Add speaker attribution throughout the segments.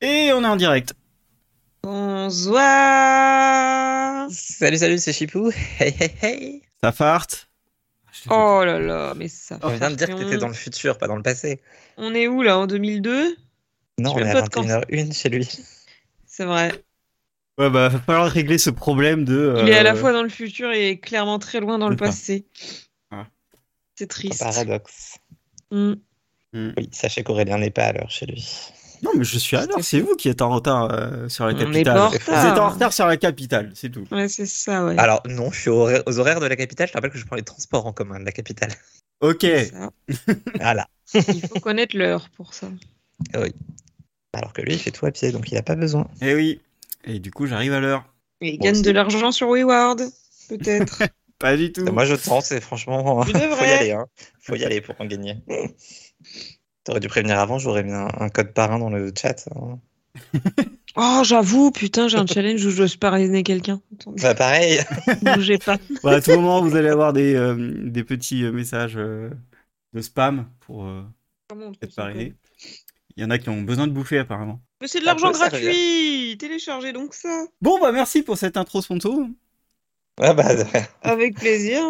Speaker 1: Et on est en direct.
Speaker 2: Bonsoir
Speaker 3: Salut, salut, c'est Chipou. Hey, hey, hey.
Speaker 1: Ça farte.
Speaker 2: Oh là là, mais ça
Speaker 3: On vient de dire que
Speaker 2: fait-
Speaker 3: t'étais dans le futur, pas dans le passé.
Speaker 2: On est où là, en 2002
Speaker 3: Non, on
Speaker 2: Tu
Speaker 3: est
Speaker 2: veux
Speaker 3: à
Speaker 2: pas de cancer.
Speaker 3: 21h01 chez lui.
Speaker 2: C'est vrai.
Speaker 1: Ouais, bah, va falloir régler ce problème de.
Speaker 2: Il est à
Speaker 1: euh,
Speaker 2: la fois dans le futur et clairement très loin dans le
Speaker 1: Putain.
Speaker 2: passé.
Speaker 1: Ah.
Speaker 2: C'est
Speaker 3: Un
Speaker 2: triste.
Speaker 3: paradoxe.
Speaker 2: Mm.
Speaker 3: Oui, sachez qu'Aurélien n'est pas à l'heure chez lui.
Speaker 1: hmm. Non, mais je suis à l'heure, c'est vous qui êtes en retard euh, sur la
Speaker 2: On est
Speaker 1: capitale.
Speaker 2: pas en
Speaker 1: vous
Speaker 2: retard.
Speaker 1: êtes en retard sur la capitale, c'est tout.
Speaker 2: Ouais, c'est ça, ouais.
Speaker 3: Alors, non, je suis aux horaires- aux horaires de la capitale. Je te rappelle que je prends les transports en commun de la capitale.
Speaker 1: Ok.
Speaker 2: C'est ça.
Speaker 3: Voilà.
Speaker 2: Il faut connaître l'heure pour ça.
Speaker 3: Alors que lui, il fait tout à pied, donc il n'a pas besoin.
Speaker 1: Eh oui. Et du coup, j'arrive à l'heure.
Speaker 2: Et il
Speaker 3: Bon,
Speaker 2: gagne
Speaker 3: c'est-
Speaker 2: de l'argent sur Wayward, peut-être.
Speaker 1: Pas du
Speaker 2: Mm.
Speaker 1: tout.
Speaker 3: Moi, je tente, c'est franchement.
Speaker 2: Tu
Speaker 3: Faut y
Speaker 2: devrais.
Speaker 3: aller, hein. Faut y aller pour en gagner. T'aurais dû prévenir avant, j'aurais mis un, un code parrain dans le chat. hein.
Speaker 2: oh, j'avoue, putain, j'ai un challenge où je dois parrainer quelqu'un. Attendez,
Speaker 3: Bah, pareil.
Speaker 2: Bougez pas.
Speaker 1: Bah, à tout moment, vous allez avoir des, euh, des petits euh, messages euh, de spam pour euh,
Speaker 2: Comment on trouve
Speaker 1: être
Speaker 2: ça,
Speaker 1: parrainé. Il y en a qui ont besoin de bouffer, apparemment.
Speaker 2: Mais c'est de
Speaker 3: Ça
Speaker 2: l'argent
Speaker 3: peut servir.
Speaker 2: gratuit Téléchargez donc ça
Speaker 1: Bon, bah, merci pour cette intro sponto.
Speaker 3: Ouais, bah, de rien.
Speaker 2: Avec plaisir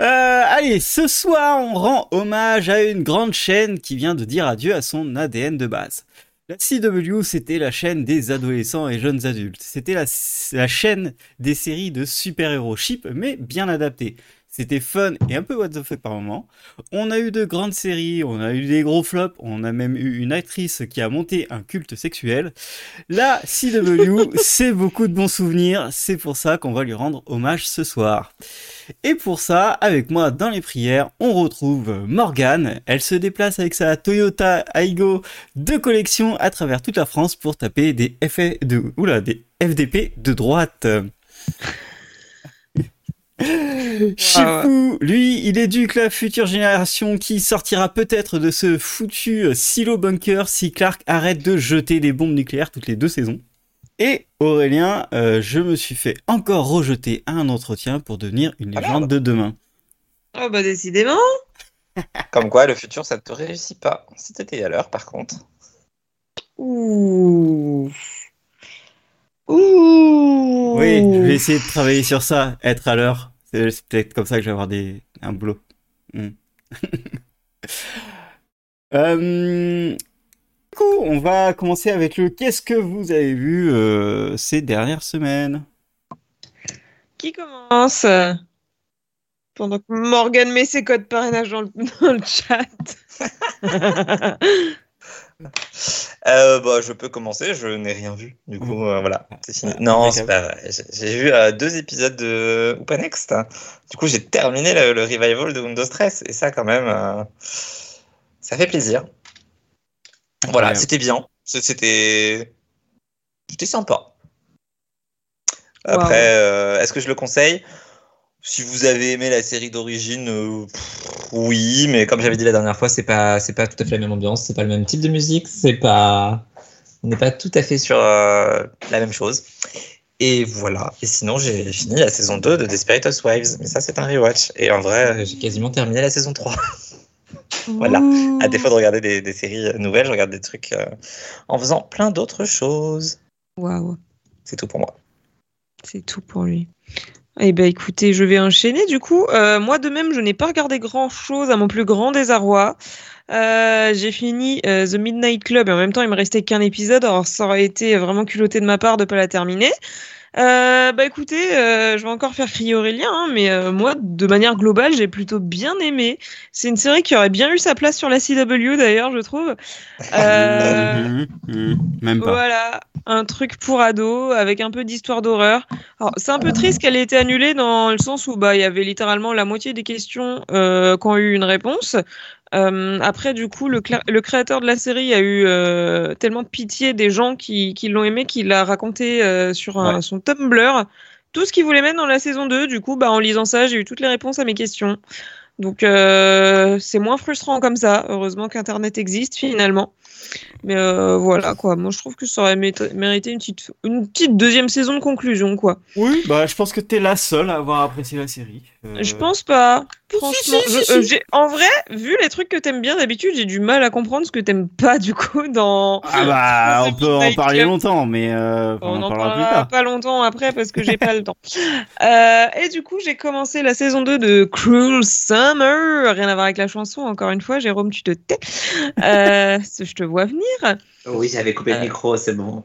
Speaker 1: Euh, allez, ce soir, on rend hommage à une grande chaîne qui vient de dire adieu à son ADN de base. La CW, c'était la chaîne des adolescents et jeunes adultes. C'était la, la chaîne des séries de super-héros cheap, mais bien adaptées. C'était fun et un peu what the fuck par moment. On a eu de grandes séries, on a eu des gros flops, on a même eu une actrice qui a monté un culte sexuel. La CW, c'est beaucoup de bons souvenirs, c'est pour ça qu'on va lui rendre hommage ce soir. Et pour ça, avec moi dans les prières, on retrouve Morgane. Elle se déplace avec sa Toyota Aygo de collection à travers toute la France pour taper des, FF de, oula, des FDP de droite. Chipou, lui, il éduque la future génération qui sortira peut-être de ce foutu silo bunker si Clark arrête de jeter des bombes nucléaires toutes les deux saisons. Et Aurélien, euh, je me suis fait encore rejeter à un entretien pour devenir une
Speaker 3: Ah
Speaker 1: légende de demain.
Speaker 2: Oh bah décidément
Speaker 3: Comme quoi, le futur, ça ne te réussit pas. Si t'étais à l'heure, par contre.
Speaker 2: Ouh Ouh
Speaker 1: Oui, je vais essayer de travailler sur ça, être à l'heure. C'est c'est peut-être comme ça que je vais avoir des, un boulot. Hmm. Euh, du coup, on va commencer avec le qu'est-ce que vous avez vu euh, ces dernières semaines
Speaker 2: Qui commence euh, Pendant que Morgane met ses codes parrainage dans le, dans le chat.
Speaker 3: Euh, bah, je peux commencer, je n'ai rien vu. Du coup, euh, voilà, c'est fini.
Speaker 1: Ah,
Speaker 3: Non,
Speaker 1: d'accord.
Speaker 3: c'est pas vrai. J'ai- J'ai vu euh, deux épisodes de Oupa Next. Du coup, j'ai terminé le, le revival de Windows 13. Et ça, quand même, euh, ça fait plaisir. Voilà,
Speaker 1: Incroyable.
Speaker 3: c'était bien. C- C'était. C'était sympa. Après, euh, est-ce que je le conseille Si vous avez aimé la série d'origine, euh, pff, oui, mais comme j'avais dit la dernière fois, c'est pas c'est pas tout à fait la même ambiance, c'est pas le même type de musique, c'est pas on n'est pas tout à fait sur euh, la même chose. Et voilà. Et sinon, j'ai fini la saison 2 de Desperate Housewives, mais ça c'est un rewatch. Et en vrai, euh, j'ai quasiment terminé la saison 3. voilà. À défaut de regarder des, des séries nouvelles, je regarde des trucs euh, en faisant plein d'autres choses.
Speaker 2: Waouh,
Speaker 3: C'est tout pour moi.
Speaker 2: c'est tout pour lui. Eh ben écoutez, je vais enchaîner du coup. Euh, moi de même, je n'ai pas regardé grand-chose à mon plus grand désarroi. Euh, j'ai fini euh, The Midnight Club et en même temps il me restait qu'un épisode, alors ça aurait été vraiment culotté de ma part de pas la terminer. Euh, bah écoutez, euh, je vais encore faire crier Aurélien, hein, mais euh, moi de manière globale j'ai plutôt bien aimé. C'est une série qui aurait bien eu sa place sur la CW d'ailleurs, je trouve. Euh,
Speaker 1: Mhm, mhm, Même pas.
Speaker 2: Voilà, un truc pour ados avec un peu d'histoire d'horreur. Alors, C'est
Speaker 1: Ah.
Speaker 2: un peu triste qu'elle ait été annulée dans le sens où bah, il y avait littéralement la moitié des questions euh, qui ont eu une réponse. Euh, après, du coup, le, cla- le créateur de la série a eu euh, tellement de pitié des gens qui, qui l'ont aimé qu'il a raconté euh, sur un-
Speaker 1: Ouais.
Speaker 2: son Tumblr tout ce qu'il voulait mettre dans la saison 2. Du coup, bah, en lisant ça, j'ai eu toutes les réponses à mes questions. Donc, euh, c'est moins frustrant comme ça. Heureusement qu'Internet existe finalement. Mais euh, voilà, quoi. Moi, je trouve que ça aurait mé- mérité une petite, une petite deuxième saison de conclusion, quoi.
Speaker 1: Oui, bah, je pense que t'es la seule à avoir apprécié la série. Euh,
Speaker 2: Je pense pas.
Speaker 1: Si,
Speaker 2: Franchement,
Speaker 1: si, si,
Speaker 2: je-
Speaker 1: si.
Speaker 2: euh, j'ai- en vrai, vu les trucs que t'aimes bien d'habitude, j'ai du mal à comprendre ce que t'aimes pas, du coup, dans.
Speaker 1: Ah bah,
Speaker 2: C'est
Speaker 1: on peut en
Speaker 2: Midnight
Speaker 1: parler
Speaker 2: Club.
Speaker 1: longtemps, mais euh,
Speaker 2: On
Speaker 1: on
Speaker 2: en
Speaker 1: en parlera plus
Speaker 2: parlera
Speaker 1: tard.
Speaker 2: pas longtemps après parce que j'ai pas le temps. Euh, et du coup, j'ai commencé la saison 2 de Cruel Summer. Rien à voir avec la chanson, encore une fois. Jérôme, tu te tais. Euh, ce- je te vois venir.
Speaker 3: Oh Oui, j'avais coupé le micro, c'est bon.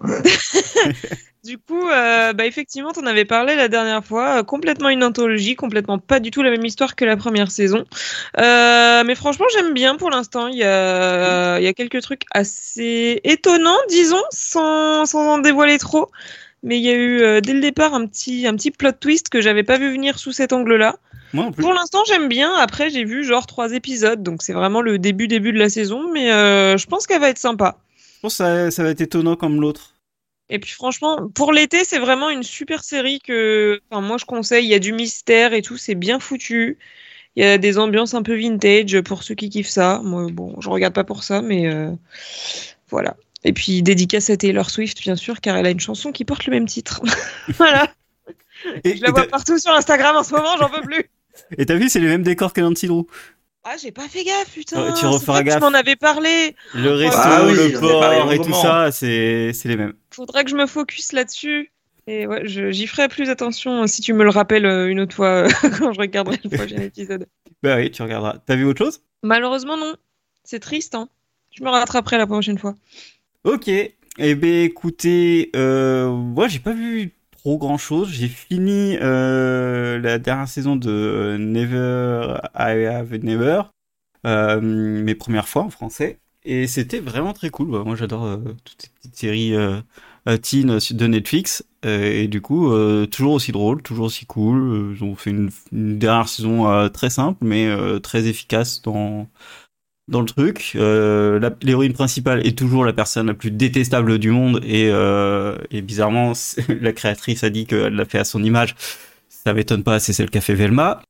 Speaker 2: Du coup, euh, bah, effectivement, t'en avais parlé la dernière fois. euh, complètement une anthologie, complètement pas du tout la même histoire que la première saison. Euh, mais franchement, j'aime bien pour l'instant. Il y, a, il y a quelques trucs assez étonnants, disons, sans, sans en dévoiler trop. Mais il y a eu euh, dès le départ un petit, un petit plot twist que j'avais pas vu venir sous cet angle-là.
Speaker 1: Moi non plus.
Speaker 2: Pour l'instant, j'aime bien. Après, j'ai vu genre trois épisodes, donc c'est vraiment le début début de la saison. Mais euh, je pense qu'elle va être sympa.
Speaker 1: Je pense que ça, ça va être étonnant comme l'autre.
Speaker 2: Et puis franchement, pour l'été, c'est vraiment une super série que enfin, moi je conseille. Il y a du mystère et tout, c'est bien foutu. Il y a des ambiances un peu vintage pour ceux qui kiffent ça. Moi, bon, je regarde pas pour ça, mais euh, voilà. Et puis dédicace à Taylor Swift, bien sûr, car elle a une chanson qui porte le même titre. voilà,
Speaker 1: Et
Speaker 2: je la
Speaker 1: et
Speaker 2: vois
Speaker 1: t'as-
Speaker 2: partout sur Instagram en ce moment, j'en peux plus.
Speaker 1: et t'as vu, c'est les mêmes décors que Nancy Drew.
Speaker 2: Ah, j'ai pas fait gaffe, putain.
Speaker 1: Ouais, tu
Speaker 2: c'est
Speaker 1: referas
Speaker 2: vrai que
Speaker 1: gaffe.
Speaker 2: Tu m'en avais parlé.
Speaker 1: Le resto,
Speaker 3: Ah oui,
Speaker 1: le
Speaker 3: on en a parlé
Speaker 1: port et tout
Speaker 3: longuement.
Speaker 1: ça, c'est c'est les mêmes.
Speaker 2: Faudra que je me focus là-dessus. Et ouais, je- j'y ferai plus attention euh, si tu me le rappelles euh, une autre fois euh, quand je regarderai le prochain épisode.
Speaker 1: Bah oui, tu regarderas. T'as vu autre chose
Speaker 2: Malheureusement, non. C'est triste, hein. Je me rattraperai la prochaine fois.
Speaker 1: Ok. Eh ben écoutez, euh, moi j'ai pas vu trop grand chose. J'ai fini euh, la dernière saison de euh, Never I Have Never, euh, mes premières fois en français, et c'était vraiment très cool. Ouais, moi j'adore euh, toutes ces petites séries euh, euh, teen de Netflix, Euh, et du coup euh, toujours aussi drôle, toujours aussi cool. Euh, Ils ont fait une, une dernière saison euh, très simple mais euh, très efficace dans dans le truc. Euh, la- L'héroïne principale est toujours la personne la plus détestable du monde et, euh, et bizarrement, c'est- la créatrice a dit qu'elle l'a fait à son image. Ça m'étonne pas, c'est celle qu'a fait Velma.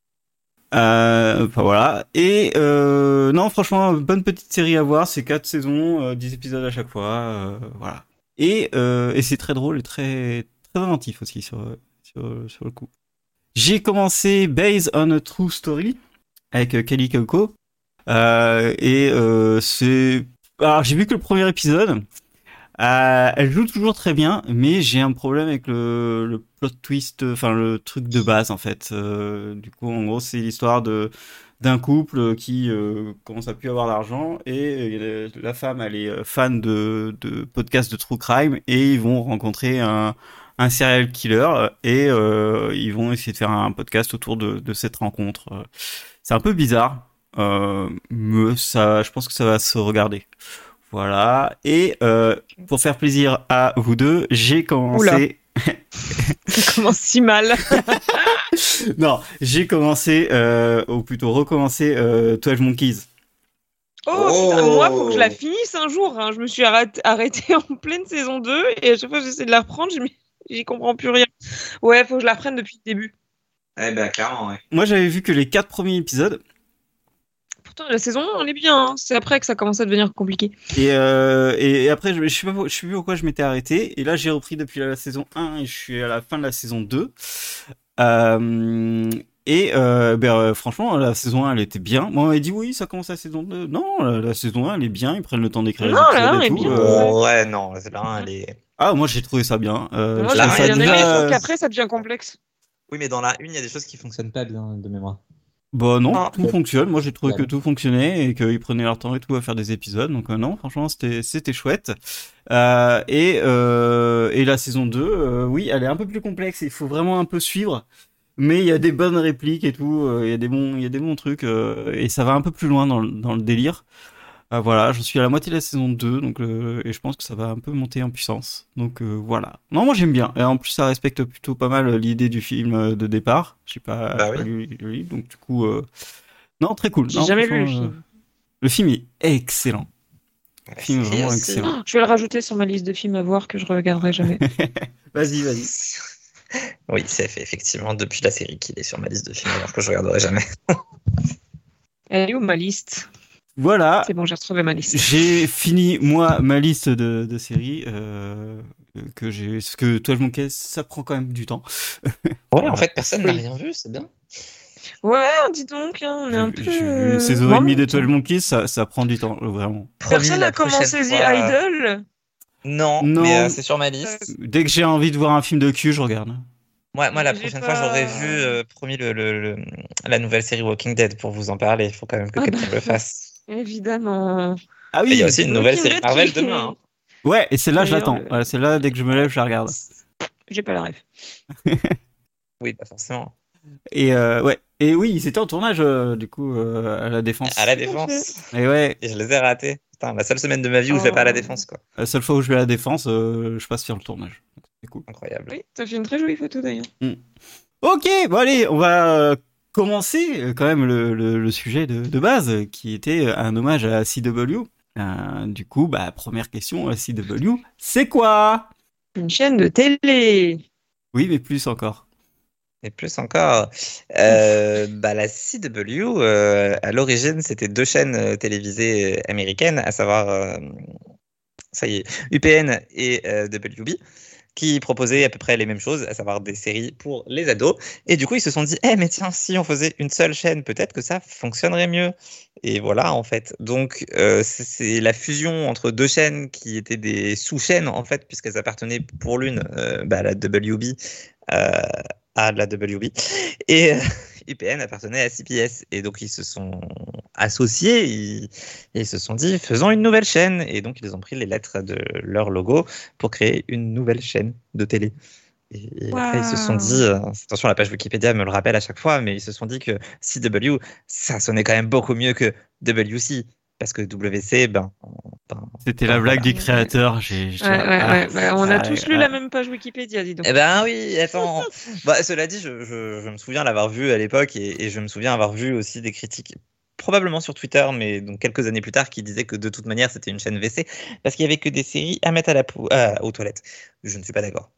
Speaker 1: Euh, Enfin voilà. Et euh, non, franchement, bonne petite série à voir. C'est quatre saisons, euh, 10 épisodes à chaque fois. euh, voilà. Et, euh, et c'est très drôle et très, très inventif aussi sur, sur, sur le coup. J'ai commencé Based on a True Story avec euh, Kelly Kelko. Euh, et euh, c'est. Alors, j'ai vu que le premier épisode. Euh, elle joue toujours très bien, mais j'ai un problème avec le, le plot twist, euh, enfin le truc de base en fait. Euh, du coup, en gros, c'est l'histoire de d'un couple qui euh, commence à plus avoir d'argent et euh, la femme, elle est euh, fan de, de podcasts de true crime et ils vont rencontrer un, un serial killer et euh, ils vont essayer de faire un podcast autour de, de cette rencontre. C'est un peu bizarre, euh, mais ça, je pense que ça va se regarder. Voilà. Et euh, pour faire plaisir à vous deux, j'ai commencé.
Speaker 2: Ça commence si mal.
Speaker 1: Non, j'ai commencé, euh, ou plutôt recommencé euh, 12 Monkeys.
Speaker 2: Oh,
Speaker 3: Oh.
Speaker 2: putain, moi, faut que je la finisse un jour. hein. Je me suis arrêt- arrêtée en pleine saison 2 et à chaque fois que j'essaie de la reprendre, je m'y- j'y comprends plus rien. Ouais, faut que je la reprenne depuis le début.
Speaker 3: Eh ben, clairement, ouais.
Speaker 1: Moi, j'avais vu que les quatre premiers épisodes.
Speaker 2: Pourtant, la saison 1, on est bien. hein. C'est après que ça commence à devenir compliqué.
Speaker 1: Et, euh, et, et après, je, je sais pas, pour- je sais plus pourquoi je m'étais arrêté. Et là, j'ai repris depuis la, saison 1 et je suis à la fin de la saison 2. Euh, et euh, ben, euh, franchement, la saison 1, elle était bien. Moi, on m'avait dit oui, ça commence la saison 2. Non, la, la saison 1, elle est bien. Ils prennent le temps d'écrire les
Speaker 2: Non, la
Speaker 1: épisodes
Speaker 2: un
Speaker 1: et
Speaker 2: est
Speaker 1: tout.
Speaker 2: bien.
Speaker 1: Euh,
Speaker 3: Bon, ouais, non, c'est là, elle est.
Speaker 1: Ah, moi, j'ai trouvé ça bien. Euh,
Speaker 2: moi,
Speaker 1: je
Speaker 2: j'ai
Speaker 3: la-
Speaker 1: trouve ça
Speaker 2: bien aimé.
Speaker 1: déjà-
Speaker 2: sauf qu'après, ça devient complexe.
Speaker 3: Oui, mais dans la une, il y a des choses qui fonctionnent pas bien de mémoire.
Speaker 1: Bah non,
Speaker 3: Ah.
Speaker 1: tout fonctionne. Moi, j'ai trouvé que
Speaker 3: Ouais.
Speaker 1: tout fonctionnait et qu'ils prenaient leur temps et tout à faire des épisodes. Donc euh, non, franchement, c'était c'était chouette. Euh, et euh, et la saison 2, euh, oui, elle est un peu plus complexe. Il faut vraiment un peu suivre. Mais il y a des bonnes répliques et tout. euh, Il y a des bons il y a des bons trucs euh, et ça va un peu plus loin dans le, dans le délire. Euh, voilà, je suis à la moitié de la saison 2 donc euh, et je pense que ça va un peu monter en puissance. Donc euh, voilà. Non, moi j'aime bien. Et en plus ça respecte plutôt pas mal euh, l'idée du film euh, de départ. J'ai pas,
Speaker 3: Bah oui.
Speaker 1: pas lu le livre donc du coup euh, non, très cool.
Speaker 2: J'ai
Speaker 1: Non,
Speaker 2: jamais lu le
Speaker 1: franchement, euh,
Speaker 2: film.
Speaker 1: le film est excellent.
Speaker 3: Ouais,
Speaker 1: Film
Speaker 3: c'est-
Speaker 1: vraiment
Speaker 3: c'est-
Speaker 1: excellent.
Speaker 2: Je vais le rajouter sur ma liste de films à voir que je regarderai jamais.
Speaker 1: Vas-y, vas-y.
Speaker 3: Oui, ça fait effectivement depuis la série qu'il est sur ma liste de films alors que je regarderai jamais.
Speaker 2: Elle est où ma liste
Speaker 1: Voilà,
Speaker 2: C'est bon, j'ai retrouvé ma liste.
Speaker 1: j'ai fini moi ma liste de, de séries euh, que j'ai. Parce que Toile Monkey, ça prend quand même du temps.
Speaker 3: Ouais, en fait, personne n'a
Speaker 2: Oui.
Speaker 3: rien vu, c'est bien.
Speaker 2: Ouais, dis donc, hein, on est un
Speaker 1: J'ai-
Speaker 2: peu.
Speaker 1: j'ai vu
Speaker 2: euh,
Speaker 1: une saison et demie
Speaker 2: morne.
Speaker 1: de Toile Monkey, ça, ça prend du temps, euh, vraiment.
Speaker 2: Personne
Speaker 3: Promis,
Speaker 2: n'a
Speaker 3: la prochaine
Speaker 2: commencé The
Speaker 3: fois, euh,
Speaker 2: Idol.
Speaker 3: Non,
Speaker 1: Non.
Speaker 3: mais euh, c'est sur ma liste.
Speaker 1: Dès que j'ai envie de voir un film de cul, je regarde.
Speaker 3: Moi, moi la
Speaker 2: J'ai
Speaker 3: prochaine
Speaker 2: pas-
Speaker 3: fois, j'aurais vu, euh, promis, le, le- le- la nouvelle série Walking Dead pour vous en parler. Il faut quand même que
Speaker 2: Ah
Speaker 3: quelqu'un
Speaker 2: bah.
Speaker 3: le fasse.
Speaker 2: Évidemment.
Speaker 1: Ah
Speaker 3: Et Il
Speaker 1: oui
Speaker 3: y a aussi une nouvelle série Marvel demain. hein.
Speaker 1: Ouais, et celle-là, je
Speaker 2: D'ailleurs, euh,
Speaker 1: l'attends.
Speaker 2: le-
Speaker 1: Voilà, celle-là, dès que je me lève, je la regarde.
Speaker 2: J'ai pas la rêve.
Speaker 3: Oui, bah forcément.
Speaker 1: Et euh, ouais. Et oui, ils étaient en tournage, euh, du coup, euh, à la Défense.
Speaker 2: Ah,
Speaker 3: À la défense.
Speaker 1: Et ouais,
Speaker 3: Et je les ai ratés. Putain, la seule semaine de ma vie où je vais pas à la
Speaker 2: Oh.
Speaker 3: défense, quoi.
Speaker 1: la seule fois où je vais à la Défense, euh, je passe sur le tournage. C'est cool.
Speaker 3: Incroyable.
Speaker 2: Oui, t'as fait une très jolie photo d'ailleurs.
Speaker 1: Ok, bon allez, on va euh, commencer euh, quand même le, le- le sujet de, de base, euh, qui était euh, un hommage à CW. Euh, du coup, bah, première question à CW, c'est quoi
Speaker 2: Une chaîne de télé.
Speaker 1: Oui, mais plus encore.
Speaker 3: Et plus encore, euh, bah, la CW, euh, à l'origine, c'était deux chaînes euh, télévisées euh, américaines, à savoir, euh, ça y est, UPN et euh, WB, qui proposaient à peu près les mêmes choses, à savoir des séries pour les ados. Et du coup, ils se sont dit, eh, mais tiens, si on faisait une seule chaîne, peut-être que ça fonctionnerait mieux. Et voilà, en fait. Donc, euh, c'est- c'est la fusion entre deux chaînes qui étaient des sous-chaînes, en fait, puisqu'elles appartenaient pour l'une, euh, bah, la WB. euh, à la WB. Et euh, UPN appartenait à CBS. Et donc, ils se sont associés. Ils, ils se sont dit, faisons une nouvelle chaîne. Et donc, ils ont pris les lettres de leur logo pour créer une nouvelle chaîne de télé. Et, et après, ils se sont
Speaker 2: Waouh.
Speaker 3: dit, euh, attention, la page Wikipédia me le rappelle à chaque fois, mais ils se sont dit que CW, ça sonnait quand même beaucoup mieux que WC. Parce que WC, ben, ben,
Speaker 1: C'était la blague du créateur. J'ai, j'ai-
Speaker 2: Ah, bah, Ouais, ouais,
Speaker 1: ah.
Speaker 2: ouais. bah, on a
Speaker 1: ah,
Speaker 2: tous
Speaker 1: ouais,
Speaker 2: lu
Speaker 1: ouais.
Speaker 2: la même page Wikipédia, dis donc.
Speaker 3: Eh ben oui, attends. bah, cela dit, je, je- je me souviens l'avoir vu à l'époque et, et je me souviens avoir vu aussi des critiques, probablement sur Twitter, mais donc quelques années plus tard, qui disaient que de toute manière c'était une chaîne WC parce qu'il y avait que des séries à mettre à la pou- euh, aux toilettes. Je ne suis pas d'accord.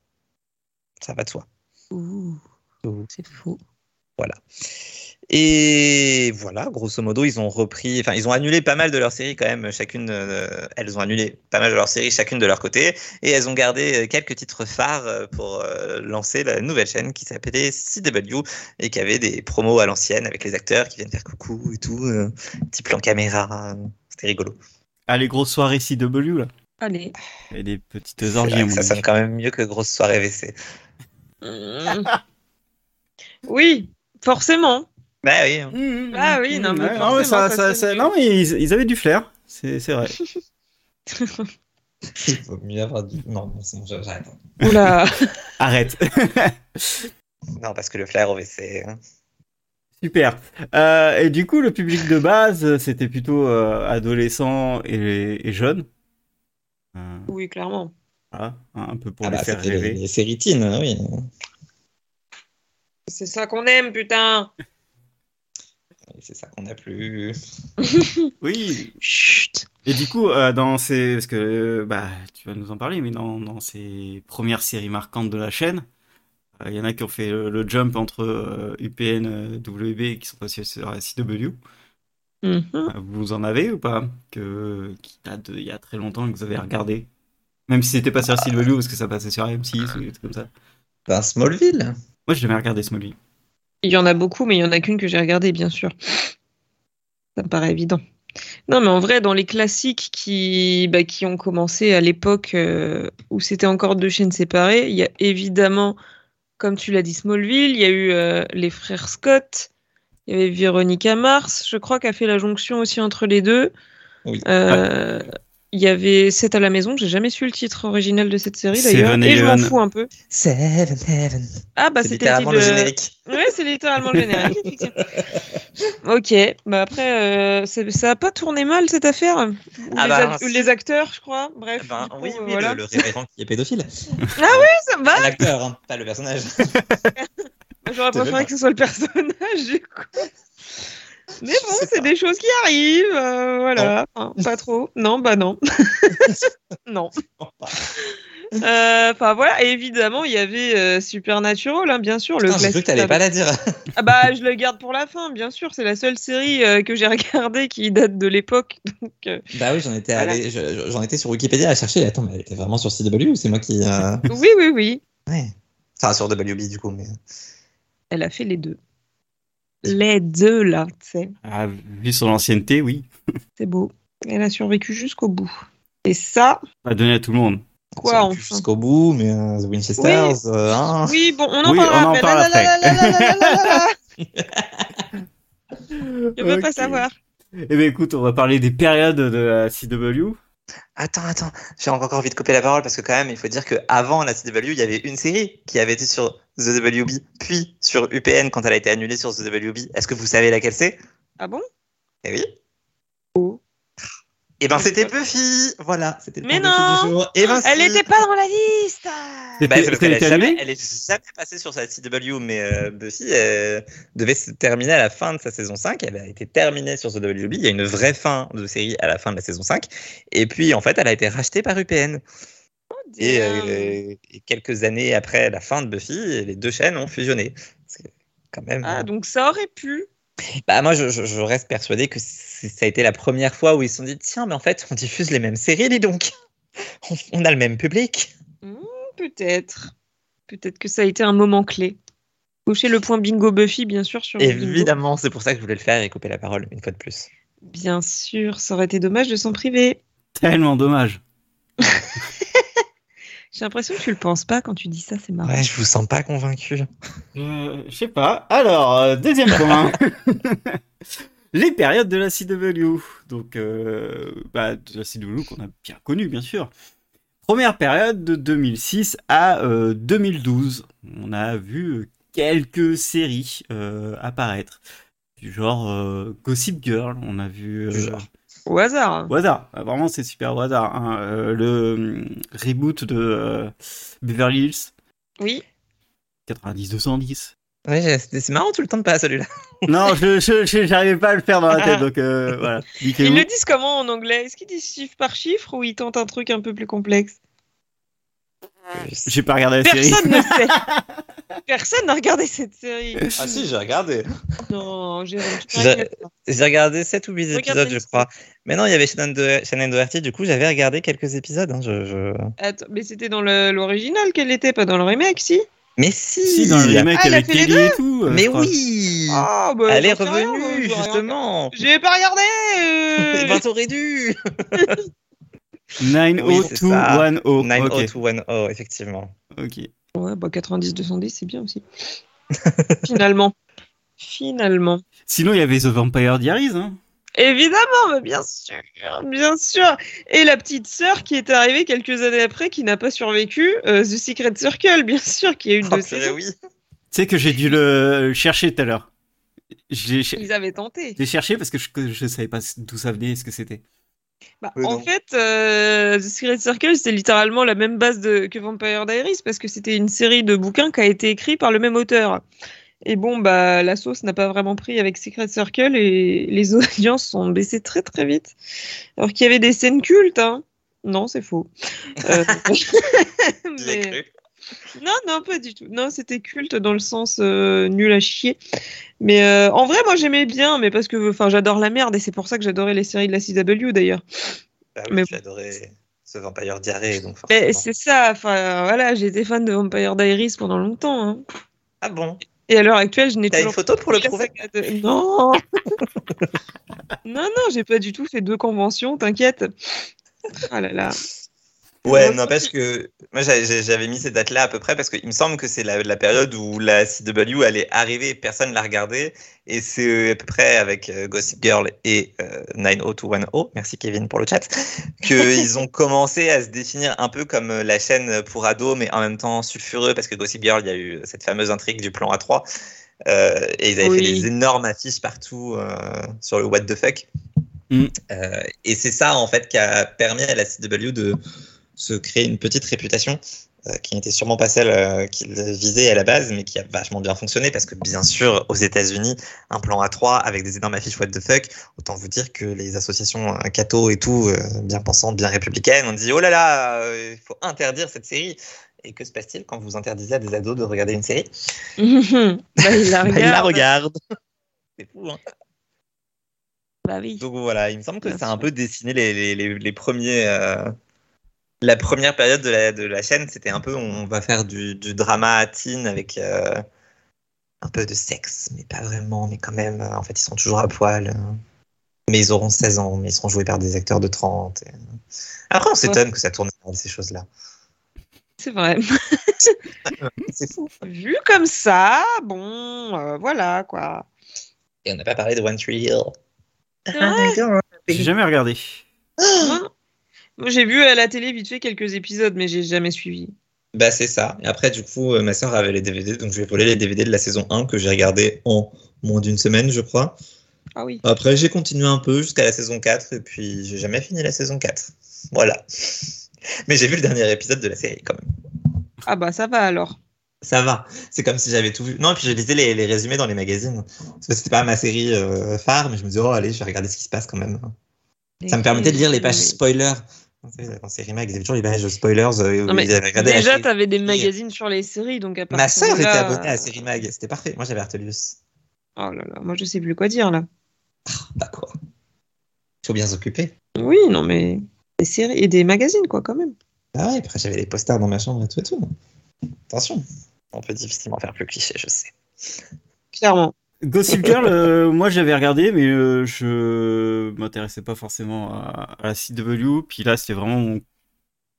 Speaker 3: Ça va de soi.
Speaker 2: Ouh,
Speaker 3: Eh. Ouh.
Speaker 2: c'est faux.
Speaker 3: Voilà. Et voilà, grosso modo, ils ont repris, enfin, ils ont annulé pas mal de leurs séries quand même, chacune, euh, elles ont annulé pas mal de leurs séries, chacune de leur côté, et elles ont gardé euh, quelques titres phares euh, pour euh, lancer la nouvelle chaîne qui s'appelait CW et qui avait des promos à l'ancienne avec les acteurs qui viennent faire coucou et tout, euh, petit plan caméra, euh, c'était rigolo.
Speaker 1: Ah, les grosses soirées CW, là.
Speaker 2: Allez.
Speaker 1: Et des petites
Speaker 3: C'est
Speaker 1: orgies,
Speaker 3: vrai
Speaker 1: à
Speaker 3: que
Speaker 1: mon
Speaker 3: ça
Speaker 1: avis.
Speaker 3: sonne quand même mieux que grosse soirée WC.
Speaker 2: Mmh. oui, forcément.
Speaker 3: Bah oui, hein.
Speaker 2: Ah oui, non, mais
Speaker 1: Ouais, non, mais ça-
Speaker 2: forcément, ça
Speaker 1: ça-
Speaker 2: sonne
Speaker 1: ça-
Speaker 2: mieux.
Speaker 1: non, mais ils, ils avaient du flair. C'est, c'est vrai.
Speaker 3: il vaut mieux avoir du- Non, bon, c'est bon, j'arrête.
Speaker 2: Oula.
Speaker 1: Arrête.
Speaker 3: Non, parce que le flair au WC. hein.
Speaker 1: Super. Euh, et du coup, le public de base, c'était plutôt euh, adolescents et, et jeunes. Euh,
Speaker 2: oui, clairement.
Speaker 1: voilà, hein, un peu pour
Speaker 3: Ah
Speaker 1: les
Speaker 3: bah,
Speaker 1: faire
Speaker 3: c'était les-
Speaker 1: rêver.
Speaker 3: les séries teen, hein, oui.
Speaker 2: C'est ça qu'on aime, putain.
Speaker 3: Et C'est ça qu'on a plus.
Speaker 1: Oui.
Speaker 2: Chut.
Speaker 1: Et du coup, euh, dans ces, parce que euh, bah, tu vas nous en parler, mais dans, dans ces premières séries marquantes de la chaîne, euh, il y en a qui ont fait le, le jump entre euh, UPN, euh, WB, et qui sont passés sur la CW.
Speaker 2: Mhm.
Speaker 1: Euh, Vous en avez ou pas que, Qui date d'il y a très longtemps et que vous avez regardé Même si c'était pas sur CW parce que ça passait sur M6 ou des trucs comme ça.
Speaker 3: Ben, Smallville.
Speaker 1: Moi, j'ai jamais regardé Smallville.
Speaker 2: Il y en a beaucoup, mais il y en a qu'une que j'ai regardée, bien sûr. Ça me paraît évident. Non, mais en vrai, dans les classiques qui, bah, qui ont commencé à l'époque euh, où c'était encore deux chaînes séparées, il y a évidemment, comme tu l'as dit, Smallville, il y a eu euh, les frères Scott, il y avait Véronica Mars, je crois, qui a fait la jonction aussi entre les deux.
Speaker 3: Oui.
Speaker 2: Euh, Il y avait C'est à la maison, j'ai jamais su le titre original de cette série d'ailleurs,
Speaker 1: Seven
Speaker 2: et je m'en
Speaker 1: Eleven.
Speaker 2: fous un peu.
Speaker 3: Seven Heaven.
Speaker 2: Ah bah
Speaker 3: c'est
Speaker 2: c'était
Speaker 3: littéralement
Speaker 2: titre
Speaker 3: le
Speaker 2: de-
Speaker 3: générique.
Speaker 2: Ouais, c'est littéralement le générique. effectivement. ok, bah après, euh, c'est- ça a pas tourné mal cette affaire. Ou
Speaker 3: Ah
Speaker 2: les,
Speaker 3: bah,
Speaker 2: ac- ou les acteurs, je crois. Bref.
Speaker 3: Ben,
Speaker 2: du coup,
Speaker 3: oui,
Speaker 2: euh,
Speaker 3: oui,
Speaker 2: voilà. Ah.
Speaker 3: le, le révérend qui est pédophile.
Speaker 2: Ça va.
Speaker 3: L'acteur, hein, pas le personnage.
Speaker 2: J'aurais
Speaker 3: T'es
Speaker 2: préféré
Speaker 3: même
Speaker 2: que ce soit le personnage, du coup. Mais
Speaker 3: Je
Speaker 2: bon,
Speaker 3: sais
Speaker 2: c'est
Speaker 3: pas.
Speaker 2: des choses qui arrivent. Hein,
Speaker 3: Oh,
Speaker 2: euh, voilà. Enfin, pas trop. Non, bah non. non. Enfin voilà, et évidemment, il y avait euh, Supernatural, hein, bien sûr. le
Speaker 3: Putain, j'ai cru
Speaker 2: classique
Speaker 3: que t'allais pas
Speaker 2: tabou.
Speaker 3: la dire.
Speaker 2: Ah bah, je le garde pour la fin, bien sûr. C'est la seule série euh, que j'ai regardée qui date de l'époque. Donc, euh,
Speaker 3: bah oui, j'en étais,
Speaker 2: Voilà.
Speaker 3: allé, je- j'en étais sur Wikipédia à chercher. Attends, mais elle était vraiment sur CW ou c'est moi qui. euh,
Speaker 2: oui, oui, oui.
Speaker 3: Ouais. Enfin, sur WB du coup, mais.
Speaker 2: Elle a fait les deux. Les deux, là, tu sais.
Speaker 1: Ah, vu son ancienneté, oui.
Speaker 2: C'est beau. Elle a survécu jusqu'au bout. Et ça,
Speaker 1: Pas donné à tout le monde.
Speaker 2: Quoi,
Speaker 3: Ça va
Speaker 2: enfin.
Speaker 3: plus Jusqu'au bout, mais euh, The Winchesters, euh, hein.
Speaker 2: oui, bon, on en
Speaker 1: Oui,
Speaker 2: parlera
Speaker 1: on en
Speaker 2: après.
Speaker 1: parle
Speaker 2: La, la,
Speaker 1: après.
Speaker 2: la, la, la, la, la, la, la. Je veux pas
Speaker 1: Ok.
Speaker 2: savoir.
Speaker 1: Eh bien, écoute, on va parler des périodes de la CW.
Speaker 3: Attends, attends, j'ai encore envie de couper la parole parce que quand même, il faut dire qu'avant la CW, il y avait une série qui avait été sur The WB, puis sur UPN quand elle a été annulée sur The WB. Est-ce que vous savez laquelle c'est
Speaker 2: Ah bon
Speaker 3: Eh oui.
Speaker 2: Oh.
Speaker 3: Eh ben,
Speaker 2: Je sais
Speaker 3: c'était
Speaker 2: pas.
Speaker 3: Buffy Voilà, c'était le
Speaker 2: Mais
Speaker 3: temps
Speaker 2: non
Speaker 3: Buffy du jour. Eh ben,
Speaker 2: Elle
Speaker 3: si.
Speaker 2: était pas dans la liste. Ah,
Speaker 3: Bah, c'est
Speaker 1: C'était
Speaker 3: parce qu'elle
Speaker 1: c'était
Speaker 3: est jamais,
Speaker 1: annulé
Speaker 3: elle est jamais passée sur sa CW, mais euh, Buffy euh, devait se terminer à la fin de sa saison 5. Elle a été terminée sur The WB. Il y a une vraie fin de série à la fin de la saison 5. Et puis, en fait, elle a été rachetée par UPN. Et,
Speaker 2: Ah.
Speaker 3: euh, et quelques années après la fin de Buffy, les deux chaînes ont fusionné. C'est quand même. euh,
Speaker 2: Ah, donc ça aurait pu.
Speaker 3: Bah, moi, je, je- je reste persuadé que c'est- ça a été la première fois où ils se sont dit tiens, mais en fait, on diffuse les mêmes séries, dis donc. On, on a le même public.
Speaker 2: Peut-être. Peut-être que ça a été un moment clé. Couchez le point bingo Buffy, bien sûr, sur le bingo.
Speaker 3: Évidemment, c'est pour ça que je voulais le faire et couper la parole une fois de plus.
Speaker 2: Bien sûr, ça aurait été dommage de s'en priver.
Speaker 1: Tellement dommage.
Speaker 2: J'ai l'impression que tu le penses pas quand tu dis ça, c'est marrant.
Speaker 3: Ouais, je vous sens pas convaincu.
Speaker 1: Euh, je sais pas. Alors, euh, deuxième point. Les périodes de la CW. Donc, euh, bah, de la CW qu'on a bien connue, bien sûr. Première période de 2006 à euh, 2012. On a vu euh, quelques séries euh, apparaître. Du genre euh, Gossip Girl, on a vu...
Speaker 3: Du
Speaker 1: euh,
Speaker 3: genre.
Speaker 2: Au hasard. hein.
Speaker 1: au hasard. Ah, Vraiment, c'est super au hasard. hein. Euh, le hum, reboot de euh, Beverly Hills
Speaker 2: Oui.
Speaker 1: 90-210.
Speaker 3: Ouais, j'ai- c'est c'est marrant tout le temps de pas à celui-là.
Speaker 1: Non, je, je, je- j'arrivais pas à le faire dans la tête, donc euh, voilà.
Speaker 2: Ils
Speaker 1: Niquez-vous.
Speaker 2: le disent comment en anglais Est-ce qu'ils disent chiffre par chiffre ou ils tentent un truc un peu plus complexe Ah.
Speaker 1: J'ai pas regardé la série.
Speaker 2: Personne ne sait. Personne n'a regardé cette série.
Speaker 3: Ah si, j'ai regardé.
Speaker 2: Non, Jérôme, tu
Speaker 3: Je-
Speaker 2: t'arrêtes.
Speaker 3: J'ai regardé 7 ou 8
Speaker 2: Regardez
Speaker 3: épisodes, je
Speaker 2: le-
Speaker 3: crois. Mais non, il y avait Shannon, Do- Shannon Doherty, du coup, j'avais regardé quelques épisodes. hein, je, je-
Speaker 2: Attends, mais c'était dans le- l'original qu'elle était, pas dans le remake, si
Speaker 3: Mais si,
Speaker 1: Si, dans le remake
Speaker 2: Ah, elle a
Speaker 1: avec
Speaker 2: fait les
Speaker 1: Kelly et tout. euh, je
Speaker 3: Mais
Speaker 1: crois.
Speaker 3: oui
Speaker 2: Ah, bah,
Speaker 3: Elle
Speaker 2: j'en
Speaker 3: est
Speaker 2: sais rien, moi,
Speaker 3: revenue,
Speaker 2: j'aurais rien-
Speaker 3: justement
Speaker 2: J'ai pas regardé
Speaker 3: Eh
Speaker 2: euh.
Speaker 3: ben, t'aurais dû c'est ça.
Speaker 1: 90210. 90210.
Speaker 3: 90210, effectivement.
Speaker 1: Ok. ok.
Speaker 2: Ouais, bah 90-210, c'est bien aussi. Finalement. Finalement.
Speaker 1: Sinon, il y avait The Vampire Diaries. Hein.
Speaker 2: Évidemment, mais bien sûr, bien sûr. Et la petite sœur qui est arrivée quelques années après, qui n'a pas survécu, euh, The Secret Circle, bien sûr, qui a eu
Speaker 3: Oh,
Speaker 2: deux
Speaker 3: purée,
Speaker 2: saisons.
Speaker 3: oui.
Speaker 1: Tu sais que j'ai dû le chercher tout à l'heure. Je l'ai cher-
Speaker 2: Ils avaient tenté.
Speaker 1: je l'ai cherché parce que je, que je savais pas d'où ça venait et ce que c'était.
Speaker 2: Bah,
Speaker 3: Oui,
Speaker 2: en
Speaker 3: non.
Speaker 2: fait, euh, The Secret Circle, c'est littéralement la même base de, que Vampire Diaries parce que c'était une série de bouquins qui a été écrit par le même auteur. Et bon, bah, la sauce n'a pas vraiment pris avec Secret Circle et les audiences sont baissées très très vite. Alors qu'il y avait des scènes cultes, hein. Non, c'est faux. Euh,
Speaker 3: Je l'ai
Speaker 2: mais-
Speaker 3: cru.
Speaker 2: Non, non, pas du tout. Non, c'était culte dans le sens euh, nul à chier. Mais euh, en vrai, moi j'aimais bien, mais parce que enfin, j'adore la merde et c'est pour ça que j'adorais les séries de la CW d'ailleurs.
Speaker 3: Bah oui,
Speaker 2: Mais-
Speaker 3: j'adorais ce Vampire Diarrhée, donc
Speaker 2: Mais
Speaker 3: forcément.
Speaker 2: c'est ça, enfin voilà, j'ai été fan de Vampire Diaries pendant longtemps. hein.
Speaker 3: Ah bon
Speaker 2: Et à l'heure actuelle, je n'ai
Speaker 3: T'as une
Speaker 2: toujours
Speaker 3: photo pour le
Speaker 2: pas
Speaker 3: prouver
Speaker 2: la saga de- Non Non, non, j'ai pas du tout fait deux conventions, t'inquiète. Ah là là.
Speaker 3: Ouais,
Speaker 2: Moi,
Speaker 3: n'empêche que moi j'a- j'a- j'avais mis ces dates-là à peu près parce qu'il me semble que c'est la, la période où la CW allait arriver, personne l'a regardée et c'est à peu près avec euh, Gossip Girl et euh, 90210, merci Kevin pour le chat, qu'ils ont commencé à se définir un peu comme euh, la chaîne pour ados mais en même temps sulfureux parce que Gossip Girl, il y a eu cette fameuse intrigue du plan A3 euh, et ils avaient
Speaker 2: Oui.
Speaker 3: fait des énormes affiches partout euh, sur le What the fuck.
Speaker 1: Mm.
Speaker 3: Euh, et c'est ça en fait qui a permis à la CW de se créer une petite réputation euh, qui n'était sûrement pas celle euh, qu'il visait à la base, mais qui a vachement bien fonctionné parce que bien sûr, aux États-Unis, un plan A3 avec des énormes affiches what the fuck, autant vous dire que les associations euh, catho et tout, euh, bien pensantes, bien républicaines, ont dit oh là là, euh, il faut interdire cette série. Et que se passe-t-il quand vous interdisez à des ados de regarder une série
Speaker 2: Bah, il la
Speaker 3: Bah,
Speaker 2: regarde.
Speaker 3: Ils la regardent. C'est fou, hein.
Speaker 2: Bah oui.
Speaker 3: Donc voilà, il me semble que
Speaker 2: Bien
Speaker 3: ça a
Speaker 2: sûr.
Speaker 3: un peu dessiné les, les- les- les premiers. euh, la première période de la, de la chaîne, c'était un peu on va faire du, du drama teen avec euh, un peu de sexe, mais pas vraiment, mais quand même, euh, en fait, ils sont toujours à poil. euh. mais ils auront 16 ans, mais ils seront joués par des acteurs de 30. et, euh. Après, on s'étonne que ça tourne dans ces choses-là.
Speaker 2: C'est vrai.
Speaker 3: C'est fou.
Speaker 2: Vu comme ça, bon, euh, voilà quoi.
Speaker 3: Et on n'a pas parlé de One Tree Hill.
Speaker 2: C'est vrai.
Speaker 1: J'ai jamais regardé.
Speaker 2: Moi, moi, j'ai vu à la télé vite fait quelques épisodes, mais j'ai jamais suivi.
Speaker 3: Bah c'est ça. Et après, du coup, euh, ma sœur avait les DVD, donc je lui ai volé les DVD de la saison 1 que j'ai regardé en moins d'une semaine, je crois.
Speaker 2: Ah oui.
Speaker 3: Après, j'ai continué un peu jusqu'à la saison 4, et puis j'ai jamais fini la saison 4. Voilà. Mais j'ai vu le dernier épisode de la série quand même.
Speaker 2: Ah bah ça va alors.
Speaker 3: Ça va. C'est comme si j'avais tout vu. Non, et puis je lisais les, les résumés dans les magazines. Parce que c'était pas ma série euh, phare, mais je me disais, oh allez, je vais regarder ce qui se passe quand même. Ça me permettait de lire les pages spoilers. Vous savez, Dans série mag, ils avaient toujours les pages spoilers. euh,
Speaker 2: Non,
Speaker 3: où
Speaker 2: mais
Speaker 3: ils avaient regardé la
Speaker 2: Déjà,
Speaker 3: série.
Speaker 2: t'avais des magazines sur les séries, donc à
Speaker 3: Ma
Speaker 2: partir
Speaker 3: sœur
Speaker 2: de
Speaker 3: était
Speaker 2: là-
Speaker 3: abonnée à la série mag, c'était parfait. Moi, j'avais Artelius.
Speaker 2: Oh là là, moi je sais plus quoi dire là.
Speaker 3: Bah quoi Faut bien s'occuper.
Speaker 2: Oui, non mais des séries et des magazines quoi quand même.
Speaker 3: Bah ouais, après j'avais des posters dans ma chambre et tout et tout. Attention. On peut difficilement faire plus cliché, je sais.
Speaker 2: Clairement.
Speaker 1: Gossip Girl, euh, moi j'avais regardé, mais euh, je m'intéressais pas forcément à, à la CW. Puis là, c'était vraiment mon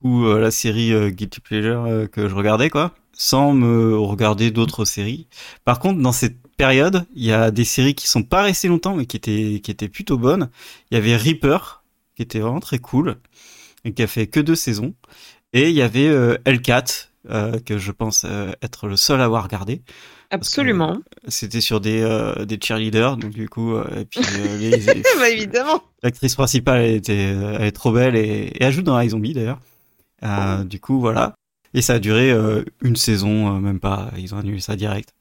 Speaker 1: coup, euh, la série euh, Guilty Pleasure euh, que je regardais, quoi, sans me regarder d'autres séries. Par contre, dans cette période, il y a des séries qui sont pas restées longtemps, mais qui étaient, qui étaient plutôt bonnes. Il y avait Reaper, qui était vraiment très cool, et qui a fait que deux saisons. Et il y avait euh, Hellcat, euh, que je pense euh, être le seul à avoir regardé
Speaker 2: Absolument.
Speaker 1: c'était sur des, euh, des cheerleaders, donc du coup, euh, et puis euh, les-
Speaker 2: Ah bah évidemment.
Speaker 1: l'actrice principale elle était, euh, elle est trop belle et, et elle joue dans iZombie d'ailleurs. Euh, Du coup, voilà. Et ça a duré euh, une saison, euh, même pas, ils ont annulé ça direct.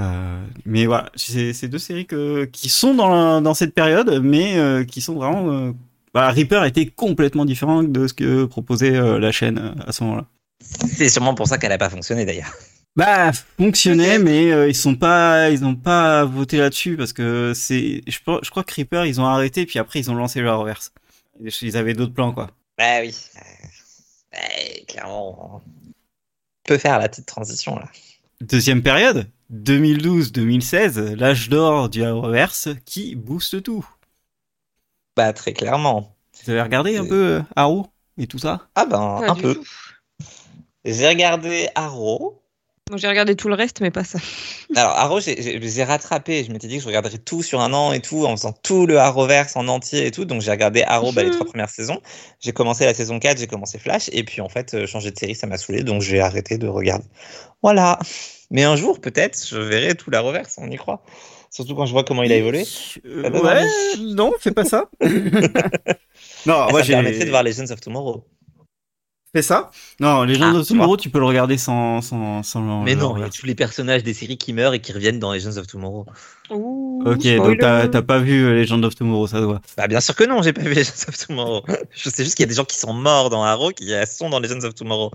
Speaker 1: Euh, mais voilà, c'est c'est deux séries que, qui sont dans, la- dans cette période, mais euh, qui sont vraiment. euh, bah, Reaper était complètement différent de ce que proposait euh, la chaîne euh, à ce moment-là.
Speaker 3: C'est sûrement pour ça qu'elle a pas fonctionné d'ailleurs.
Speaker 1: Bah, fonctionnait,
Speaker 2: Peut-être.
Speaker 1: mais euh, ils sont pas, ils n'ont pas voté là-dessus parce que c'est, je, pense- je crois que Creeper, ils ont arrêté puis après ils ont lancé leur reverse. Ils avaient d'autres plans quoi.
Speaker 3: Bah oui. Euh, bah, clairement, on peut faire la petite transition là.
Speaker 1: Deuxième période, 2012-2016, l'âge d'or du reverse qui booste tout.
Speaker 3: Bah très clairement.
Speaker 1: Vous avez regardé un
Speaker 3: Euh.
Speaker 1: peu euh, Arrow et tout ça
Speaker 3: Ah ben,
Speaker 2: Pas
Speaker 3: un
Speaker 2: du
Speaker 3: peu.
Speaker 2: tout.
Speaker 3: J'ai regardé Arrow.
Speaker 2: Moi j'ai regardé tout le reste, mais pas ça.
Speaker 3: Alors, Arrow, j'ai- j'ai j'ai rattrapé. Je m'étais dit que je regarderais tout sur un an et tout, en faisant tout le Arrowverse en entier et tout. Donc, j'ai regardé Arrow bah, les
Speaker 2: Mhm.
Speaker 3: trois premières saisons. J'ai commencé la saison 4, j'ai commencé Flash. Et puis, en fait, euh, changer de série, ça m'a saoulé. Donc, j'ai arrêté de regarder. Voilà. Mais un jour, peut-être, je verrai tout l'Arrowverse. On y croit. Surtout quand je vois comment il a évolué. Ah,
Speaker 1: Euh,
Speaker 3: Ça donne
Speaker 1: Ouais, non, fais pas ça. non,
Speaker 3: Ah,
Speaker 1: moi
Speaker 3: ça me permettrait
Speaker 1: j'ai
Speaker 3: de voir Legends of Tomorrow.
Speaker 1: fait ça. Non, les gens
Speaker 3: Ah,
Speaker 1: de
Speaker 3: tu vois.
Speaker 1: Tomorrow, tu peux le regarder sans sans sans.
Speaker 3: Mais
Speaker 1: le
Speaker 3: non, il y a
Speaker 1: reverse.
Speaker 3: tous les personnages des séries qui meurent et qui reviennent dans Legends of Tomorrow.
Speaker 2: Ouh,
Speaker 1: Ok, donc
Speaker 2: spoiler.
Speaker 1: t'as t'as pas vu euh, Legend of Tomorrow, ça se voit.
Speaker 3: Bah, bien sûr que non, j'ai pas vu Legends of Tomorrow. Je sais juste qu'il y a des gens qui sont morts dans Arrow, qui sont dans Legends of Tomorrow.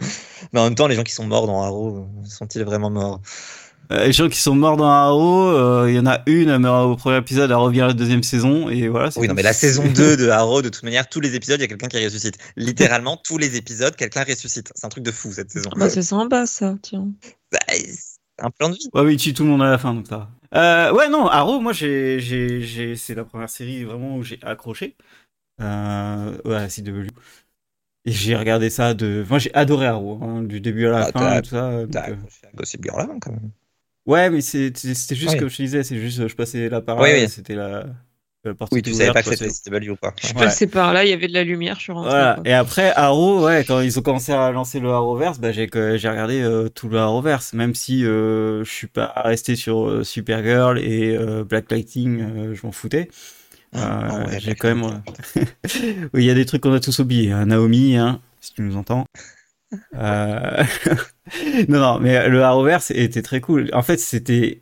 Speaker 3: Mais en même temps, les gens qui sont morts dans Arrow, sont-ils vraiment morts
Speaker 1: Euh, les gens qui sont morts dans Arrow, euh, il y en a une, elle meurt au premier épisode, elle revient à la deuxième saison, et voilà. c'est
Speaker 3: Oui,
Speaker 1: tout.
Speaker 3: non, mais la saison 2 de Arrow, de toute manière, tous les épisodes, il y a quelqu'un qui ressuscite. Littéralement, tous les épisodes, quelqu'un ressuscite. C'est un truc de fou, cette saison.
Speaker 2: Ah Bah c'est sympa ça, tiens.
Speaker 3: Bah, c'est un plan de vie.
Speaker 1: Ouais, mais il tue tout le monde à la fin, donc ça va. Euh, ouais, non, Arrow, moi, j'ai, j'ai, j'ai, c'est la première série vraiment où j'ai accroché. Euh, ouais, la CW. Et j'ai regardé ça de. Moi, j'ai adoré Arrow, hein, du début à la
Speaker 3: Ah,
Speaker 1: fin,
Speaker 3: t'as-
Speaker 1: et tout ça. donc,
Speaker 3: T'as
Speaker 1: euh,
Speaker 3: accroché à Gossip Girl avant, quand même.
Speaker 1: Ouais, mais c'est- c'est- c'était juste
Speaker 3: Oui.
Speaker 1: comme je te disais, c'est juste, euh, je passais la parole,
Speaker 3: Oui, oui.
Speaker 1: c'était la, la partie
Speaker 3: Oui, tu
Speaker 1: ouverte,
Speaker 3: savais pas que
Speaker 1: quoi,
Speaker 3: c'était CW ou quoi.
Speaker 2: Je suis
Speaker 1: Ouais.
Speaker 2: passée par là, il y avait de la lumière, je suis rentrée.
Speaker 1: Voilà.
Speaker 2: quoi.
Speaker 1: Et après, Arrow, ouais, quand ils ont commencé à lancer le Arrowverse, bah, j'ai que- j'ai regardé euh, tout le Arrowverse, même si euh, je suis pas resté sur euh, Supergirl et euh, Black Lightning, euh, je m'en foutais.
Speaker 3: Ah,
Speaker 1: Euh,
Speaker 3: ouais,
Speaker 1: j'ai
Speaker 3: Black
Speaker 1: quand même.
Speaker 3: Lightning.
Speaker 1: Oui, il y a des trucs qu'on a tous oubliés. hein. Naomi, hein, si tu nous entends. Euh, non, non, mais le Arrowverse était très cool. En fait, c'était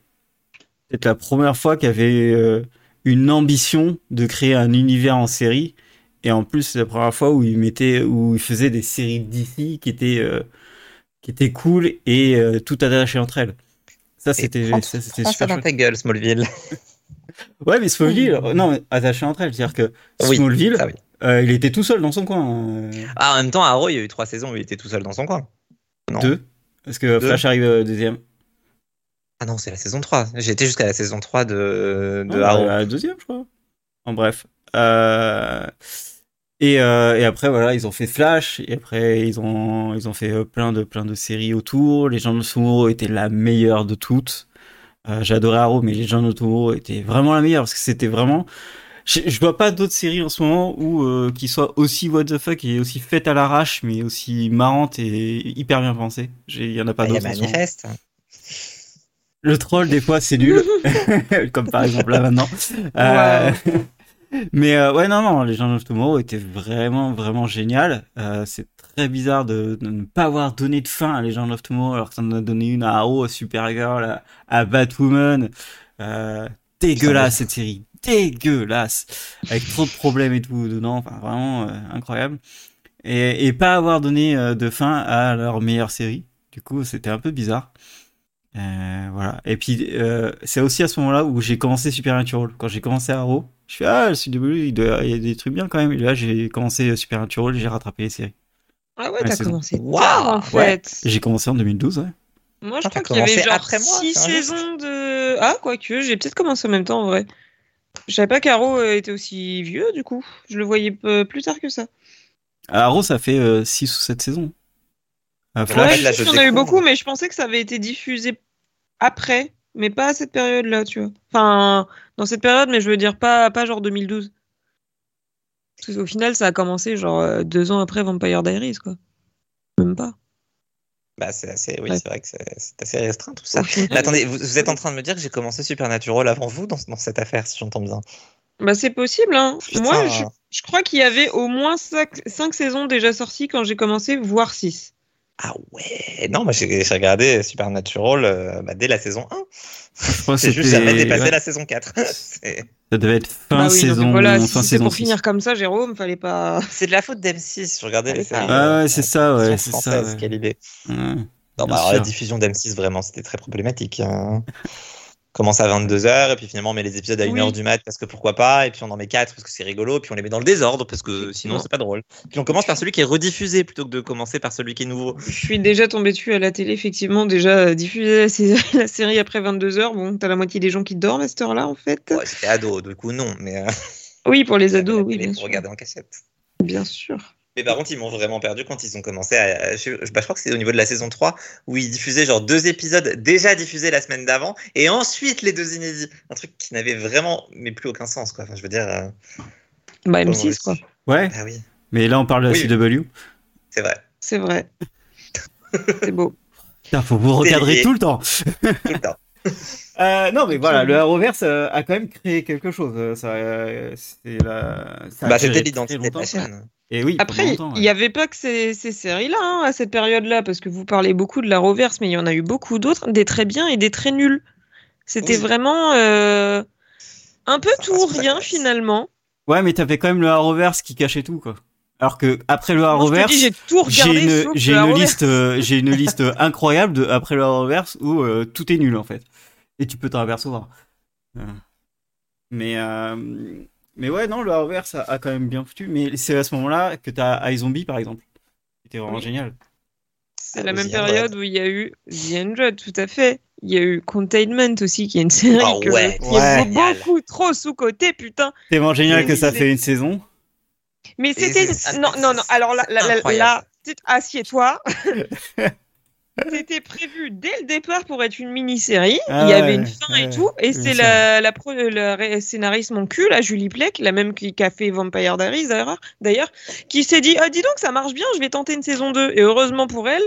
Speaker 1: peut-être la première fois qu'il y avait euh, une ambition de créer un univers en série. Et en plus, c'est la première fois où ils mettaient, où ils faisaient des séries DC qui étaient, euh, qui étaient cool et euh, tout attachées entre elles. Ça, c'était,
Speaker 3: prends-
Speaker 1: ça, c'était
Speaker 3: Prends ça
Speaker 1: super
Speaker 3: dans
Speaker 1: chouette.
Speaker 3: ta gueule, Smallville.
Speaker 1: Ouais, mais Smallville, non, attaché entre elles. C'est-à-dire que
Speaker 3: Oui,
Speaker 1: Smallville,
Speaker 3: ça, Ah, oui.
Speaker 1: euh, il était tout seul dans son coin. euh,
Speaker 3: Ah, en même temps, Arrow, il y a eu trois saisons où il était tout seul dans son coin. Non.
Speaker 1: deux. Parce que
Speaker 3: Deux.
Speaker 1: Flash arrive euh, deuxième.
Speaker 3: Ah non, c'est la saison 3. J'étais jusqu'à la saison 3 de, de
Speaker 1: Non,
Speaker 3: Arrow.
Speaker 1: la deuxième, je crois. En bref. Euh, Et, euh, et après, voilà, ils ont fait Flash, et après, ils ont, ils ont fait euh, plein de, plein de séries autour. Les gens de Tomorrow étaient la meilleure de toutes. Euh, J'adorais Arrow, mais les gens de Tomorrow étaient vraiment la meilleure, parce que c'était vraiment. Je, je vois pas d'autres séries en ce moment où euh, qui soient aussi what the fuck et aussi faites à l'arrache, mais aussi marrantes et hyper bien pensées. J'ai- Il y en a pas
Speaker 3: Ah, il y a
Speaker 1: d'autres. en ce moment.
Speaker 3: Manifeste.
Speaker 1: Le troll, des fois, c'est nul. Comme par exemple là maintenant. Euh, mais euh, ouais, non, non, les gens of Tomorrow étaient vraiment, vraiment génial. Euh, c'est très bizarre de, de ne pas avoir donné de fin à Legend of Tomorrow alors que ça en a donné une à Arrow, à Supergirl, à, à Batwoman. Euh, dégueulasse cette série, dégueulasse, avec trop de problèmes et tout dedans. Enfin, vraiment euh, incroyable. Et, et pas avoir donné euh, de fin à leur meilleure série. Du coup, c'était un peu bizarre. Euh, voilà. Et puis, euh, c'est aussi à ce moment-là où j'ai commencé Supernatural. Quand j'ai commencé Arrow, je fais Ah, le studio Blue, il, doit- il y a des trucs bien quand même. Et là, j'ai commencé euh, Supernatural, j'ai rattrapé les séries.
Speaker 2: Ah ouais,
Speaker 1: Ouais,
Speaker 2: t'as
Speaker 1: c'est-
Speaker 2: commencé
Speaker 3: Waouh,
Speaker 2: tard en
Speaker 1: ouais.
Speaker 2: fait.
Speaker 1: J'ai commencé en 2012, ouais.
Speaker 2: Moi, je
Speaker 3: Ah, t'as
Speaker 2: crois qu'il y avait
Speaker 3: commencé
Speaker 2: genre
Speaker 3: après moi,
Speaker 2: six
Speaker 3: c'est injuste.
Speaker 2: saisons de. Ah, quoique, j'ai peut-être commencé en même temps en vrai. Je savais pas qu'Aro euh, était aussi vieux du coup. Je le voyais euh, plus tard que ça.
Speaker 1: Arrow, Ah, ça fait 6 ou 7 saisons. Euh,
Speaker 3: Ouais,
Speaker 1: Flash,
Speaker 3: là,
Speaker 2: je
Speaker 3: je
Speaker 2: sais qu'il y en a eu
Speaker 3: découvre.
Speaker 2: beaucoup, mais je pensais que ça avait été diffusé après, mais pas à cette période-là, tu vois. Enfin, dans cette période, mais je veux dire pas, pas genre 2012. Parce qu'au final, ça a commencé genre euh, deux ans après Vampire Diaries, quoi. Même pas.
Speaker 3: Bah, c'est assez, oui,
Speaker 2: Ouais.
Speaker 3: c'est vrai que c'est c'est assez restreint tout ça.
Speaker 2: Au final.
Speaker 3: Mais attendez, vous, vous êtes en train de me dire que j'ai commencé Supernatural avant vous dans, dans cette affaire, si j'entends bien.
Speaker 2: Bah, c'est possible, hein.
Speaker 3: Putain.
Speaker 2: Moi, je, je crois qu'il y avait au moins 5, saisons déjà sorties quand j'ai commencé, voire 6.
Speaker 3: Ah ouais Non, moi j'ai j'ai regardé Supernatural euh, bah, dès la saison 1.
Speaker 1: je crois que
Speaker 3: C'est juste
Speaker 1: c'était-
Speaker 3: jamais dépassé
Speaker 1: ouais,
Speaker 3: la saison 4. C'est
Speaker 1: Ça devait être
Speaker 2: Bah
Speaker 1: fin saison,
Speaker 2: Ah voilà, si
Speaker 1: fin
Speaker 2: c'était
Speaker 1: saison
Speaker 2: pour
Speaker 1: 6.
Speaker 2: finir comme ça, Jérôme, fallait pas.
Speaker 3: c'est de la faute d'M6, je regardais les séries.
Speaker 1: Ah
Speaker 3: euh,
Speaker 1: ouais, c'est ça, ouais,
Speaker 3: version
Speaker 1: c'est ça.
Speaker 3: française,
Speaker 1: ouais.
Speaker 3: quelle idée.
Speaker 1: Ouais.
Speaker 3: Non,
Speaker 1: Bien
Speaker 3: bah, alors,
Speaker 1: sûr.
Speaker 3: la diffusion d'M6, vraiment, c'était très problématique. hein. Commence à 22h, et puis finalement, on met les épisodes à
Speaker 2: Oui.
Speaker 3: 1h du mat, parce que pourquoi pas, et puis on en met 4 parce que c'est rigolo, puis on les met dans le désordre, parce que sinon,
Speaker 2: Non.
Speaker 3: c'est pas drôle. Puis on commence par celui qui est rediffusé, plutôt que de commencer par celui qui est nouveau.
Speaker 2: Je suis déjà tombée dessus à la télé, effectivement, déjà euh, diffuser la, saison- la série après 22h. Bon, t'as la moitié des gens qui dorment à cette heure-là, en fait.
Speaker 3: Ouais, C'était ado, du coup, non, mais. euh,
Speaker 2: Oui, pour les
Speaker 3: la
Speaker 2: ados, oui,
Speaker 3: télé
Speaker 2: bien
Speaker 3: pour
Speaker 2: sûr.
Speaker 3: regarder en cachette.
Speaker 2: Bien sûr.
Speaker 3: Mais par contre, ils m'ont vraiment perdu quand ils ont commencé à. Je, je- bah, je crois que c'est au niveau de la saison 3 où ils diffusaient genre deux épisodes déjà diffusés la semaine d'avant et ensuite les deux inédits. Un truc qui n'avait vraiment, mais plus aucun sens quoi. Enfin, je veux dire. euh,
Speaker 2: Bah,
Speaker 3: comment
Speaker 2: M6,
Speaker 3: on-
Speaker 2: quoi.
Speaker 1: Ouais,
Speaker 3: Ah oui,
Speaker 1: mais là, on parle de la
Speaker 3: Oui.
Speaker 1: CW.
Speaker 3: c'est vrai.
Speaker 2: C'est vrai. C'est beau.
Speaker 1: Putain, faut vous recadrer
Speaker 3: Délié.
Speaker 1: tout le temps.
Speaker 3: Tout le temps.
Speaker 1: Euh, non, mais voilà,
Speaker 2: Absolument.
Speaker 1: le Arrowverse euh, a quand même créé quelque chose. euh, Ça, euh, c'est la. ça a
Speaker 3: Bah,
Speaker 1: duré
Speaker 3: c'était
Speaker 1: très
Speaker 3: l'identité de
Speaker 1: longtemps.
Speaker 3: la chaîne.
Speaker 1: Et oui, pendant
Speaker 2: Après,
Speaker 1: longtemps,
Speaker 2: il
Speaker 1: ouais.
Speaker 2: n'y avait pas que ces, ces séries-là hein, à cette période-là, parce que vous parlez beaucoup de la reverse, mais il y en a eu beaucoup d'autres, des très bien et des très nuls. C'était
Speaker 3: Oui.
Speaker 2: vraiment euh, un peu
Speaker 3: Ça
Speaker 2: tout ou
Speaker 3: reste la
Speaker 2: rien
Speaker 3: classe.
Speaker 2: finalement.
Speaker 1: Ouais, mais t'avais quand même le Arrowverse qui cachait tout, quoi. Alors que après le
Speaker 2: Moi, je te
Speaker 1: Arrowverse,
Speaker 2: dis, j'ai tout regardé.
Speaker 1: j'ai une,
Speaker 2: sauf
Speaker 1: j'ai
Speaker 2: la
Speaker 1: une
Speaker 2: reverse.
Speaker 1: liste, euh, j'ai une liste incroyable de après le Arrowverse où euh, tout est nul en fait, et tu peux t'en apercevoir. Euh, Mais euh, mais ouais, non, le Arrowverse a, a quand même bien foutu. Mais c'est à ce moment-là que t'as iZombie par exemple, c'était vraiment
Speaker 2: Oui.
Speaker 1: génial.
Speaker 2: C'est la
Speaker 3: Ah,
Speaker 2: même
Speaker 3: The 100.
Speaker 2: période où il y a eu The 100, tout à fait. Il y a eu Containment aussi, qui est une série
Speaker 3: Ah
Speaker 2: que-
Speaker 3: ouais,
Speaker 2: qui
Speaker 3: ouais.
Speaker 2: est beaucoup trop sous-cotée, putain.
Speaker 1: C'est vraiment génial
Speaker 3: Et
Speaker 1: que ça
Speaker 2: c'est-
Speaker 1: fait une saison.
Speaker 2: Mais
Speaker 3: Et
Speaker 2: c'était.
Speaker 3: c'est-
Speaker 2: Non, non, non. Alors là, là, là,
Speaker 3: Incroyable.
Speaker 2: là, t'es- assieds-toi. C'était prévu dès le départ pour être une mini-série.
Speaker 1: Ah
Speaker 2: il y
Speaker 1: ouais,
Speaker 2: avait une fin et
Speaker 1: ouais,
Speaker 2: tout. Et
Speaker 1: bien
Speaker 2: c'est
Speaker 1: sûr.
Speaker 2: la, la, pro- la ré- scénariste Mon cul, la Julie Plec, la même qui, qui a fait Vampire Diaries d'ailleurs- d'ailleurs, qui s'est dit Ah, dis donc, ça marche bien, je vais tenter une saison 2. Et heureusement pour elle,